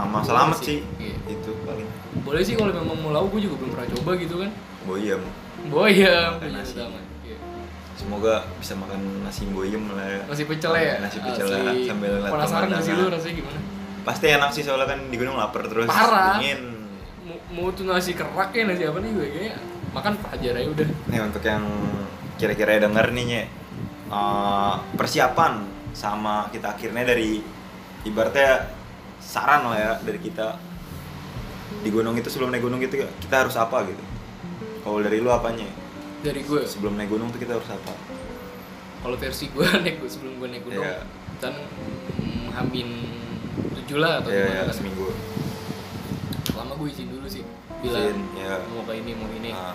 Speaker 1: sama
Speaker 2: Boleh
Speaker 1: Selamat
Speaker 2: sih.
Speaker 1: sih.
Speaker 2: Iya.
Speaker 1: Itu paling.
Speaker 2: boleh sih kalau memang mau laut gue juga belum pernah coba gitu kan
Speaker 1: Boyem.
Speaker 2: boyam
Speaker 1: Makan
Speaker 2: punya
Speaker 1: nasi.
Speaker 2: utama Iya.
Speaker 1: Semoga bisa makan nasi boyem lah ya.
Speaker 2: nasi pecel ya
Speaker 1: Nasi pecel lah,
Speaker 2: Asli.
Speaker 1: sambil lihat
Speaker 2: penasaran nggak sih lu
Speaker 1: pemandangan.
Speaker 2: rasanya gimana
Speaker 1: Pasti enak sih soalnya kan di gunung lapar terus
Speaker 2: Parah.
Speaker 1: dingin.
Speaker 2: mau, mau tuh nasi kerak ya nasi apa nih gue kayaknya makan aja aja udah
Speaker 1: Nih untuk yang kira-kira denger nih Nye, eh, persiapan sama kita akhirnya dari ibaratnya saran lah ya dari kita di gunung itu sebelum naik gunung itu kita harus apa gitu. Kalau dari lu apanya?
Speaker 2: dari gue
Speaker 1: Sebelum naik gunung tuh kita harus apa?
Speaker 2: kalau versi gue naik gue sebelum gue naik gunung
Speaker 1: Iya.
Speaker 2: dan mm, hamin tujuh lah atau
Speaker 1: Ya, ya,
Speaker 2: gimana kan.
Speaker 1: seminggu.
Speaker 2: lama gue izin dulu sih bilang
Speaker 1: Izin, iya.
Speaker 2: mau ke ini mau ini
Speaker 1: Nah,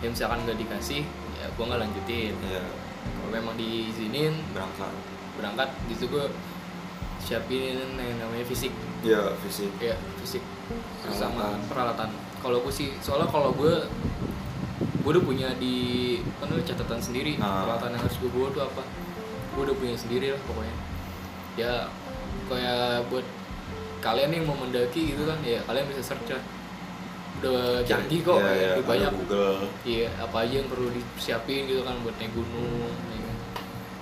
Speaker 2: ya misalkan nggak dikasih ya gue nggak lanjutin
Speaker 1: ya,
Speaker 2: kalau memang diizinin
Speaker 1: berangkat.
Speaker 2: berangkat gitu gue siapin yang namanya fisik
Speaker 1: Ya, fisik.
Speaker 2: ya fisik Terus sama
Speaker 1: Peralatan.
Speaker 2: peralatan kalau gue sih soalnya kalau gue gue udah punya di apa namanya, catatan sendiri
Speaker 1: Ah.
Speaker 2: peralatan yang harus gue bawa tuh apa gue udah punya sendiri lah pokoknya ya kayak buat kalian yang mau mendaki gitu kan ya kalian bisa search lah udah canggih kok
Speaker 1: Ya,
Speaker 2: ya,
Speaker 1: ya,
Speaker 2: udah
Speaker 1: ada
Speaker 2: banyak
Speaker 1: Google.
Speaker 2: Iya, apa aja yang perlu disiapin gitu kan buat naik gunung. ya kan.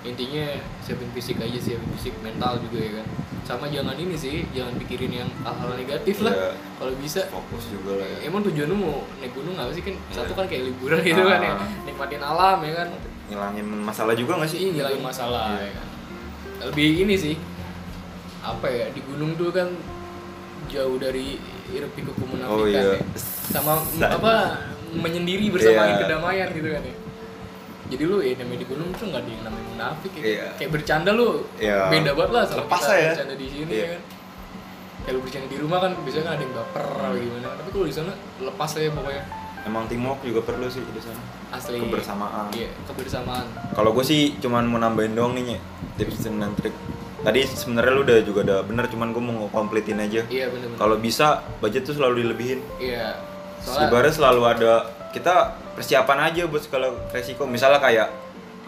Speaker 2: Intinya siapin fisik aja, siapin fisik mental juga ya kan. Sama jangan ini sih, jangan pikirin yang hal-hal negatif lah.
Speaker 1: Iya.
Speaker 2: Kalau bisa,
Speaker 1: Fokus juga lah ya.
Speaker 2: emang tujuan lu mau naik gunung apa sih kan? Satu
Speaker 1: Iya.
Speaker 2: kan kayak liburan gitu kan ya,
Speaker 1: Ah.
Speaker 2: nikmatin alam ya kan.
Speaker 1: ngilangin masalah juga nggak sih?
Speaker 2: Sih ngilangin masalah
Speaker 1: Iya.
Speaker 2: ya kan. Lebih ini sih, apa ya di gunung tuh kan jauh dari hiruk pikuk kemunafikan
Speaker 1: Oh iya.
Speaker 2: ya sama m-
Speaker 1: Sa-
Speaker 2: apa menyendiri
Speaker 1: Iya.
Speaker 2: bersama angin kedamaian gitu kan ya jadi lu ya namanya di gunung tuh nggak ada yang namanya munafik ya.
Speaker 1: Iya.
Speaker 2: kayak bercanda lu
Speaker 1: Iya.
Speaker 2: beda banget lah sama
Speaker 1: Lepas
Speaker 2: kita
Speaker 1: lah ya.
Speaker 2: bercanda di sini
Speaker 1: Iya.
Speaker 2: ya kan kayak lu bercanda di rumah kan biasanya kan ada yang baper
Speaker 1: Hmm.
Speaker 2: atau gimana tapi kalau di sana lepas aja pokoknya
Speaker 1: Emang teamwork juga perlu sih di sana.
Speaker 2: asli
Speaker 1: Kebersamaan.
Speaker 2: iya kebersamaan
Speaker 1: Kalau gue sih cuman mau nambahin doang nih Nye, tips dan trik. Tadi sebenarnya lu udah juga udah bener, cuman gue mau kompletin aja.
Speaker 2: iya bener-bener
Speaker 1: Kalau bisa budget tuh selalu dilebihin.
Speaker 2: iya soalnya
Speaker 1: Ibaratnya selalu ada kita persiapan aja buat segala resiko. Misalnya kayak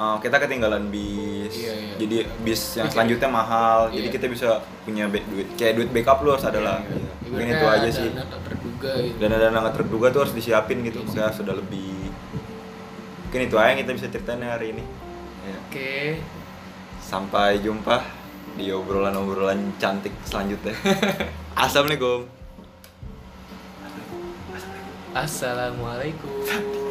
Speaker 1: eh, kita ketinggalan bis,
Speaker 2: Iya, iya.
Speaker 1: jadi bis yang
Speaker 2: Oke.
Speaker 1: selanjutnya mahal jadi
Speaker 2: Iya.
Speaker 1: kita bisa punya ba- duit kayak duit backup lu harus ada lah
Speaker 3: Iya, iya.
Speaker 1: mungkin itu
Speaker 2: Ibaratnya
Speaker 1: aja
Speaker 2: ada-
Speaker 1: sih
Speaker 2: ada tak terduga gitu.
Speaker 1: dan ada nggak terduga tuh harus disiapin gitu
Speaker 2: Iya sih.
Speaker 1: makanya sudah lebih mungkin itu aja yang kita bisa ceritain hari ini
Speaker 3: Iya.
Speaker 2: Oke.
Speaker 1: sampai jumpa di obrolan-obrolan cantik selanjutnya assalamualaikum
Speaker 2: Assalamualaikum.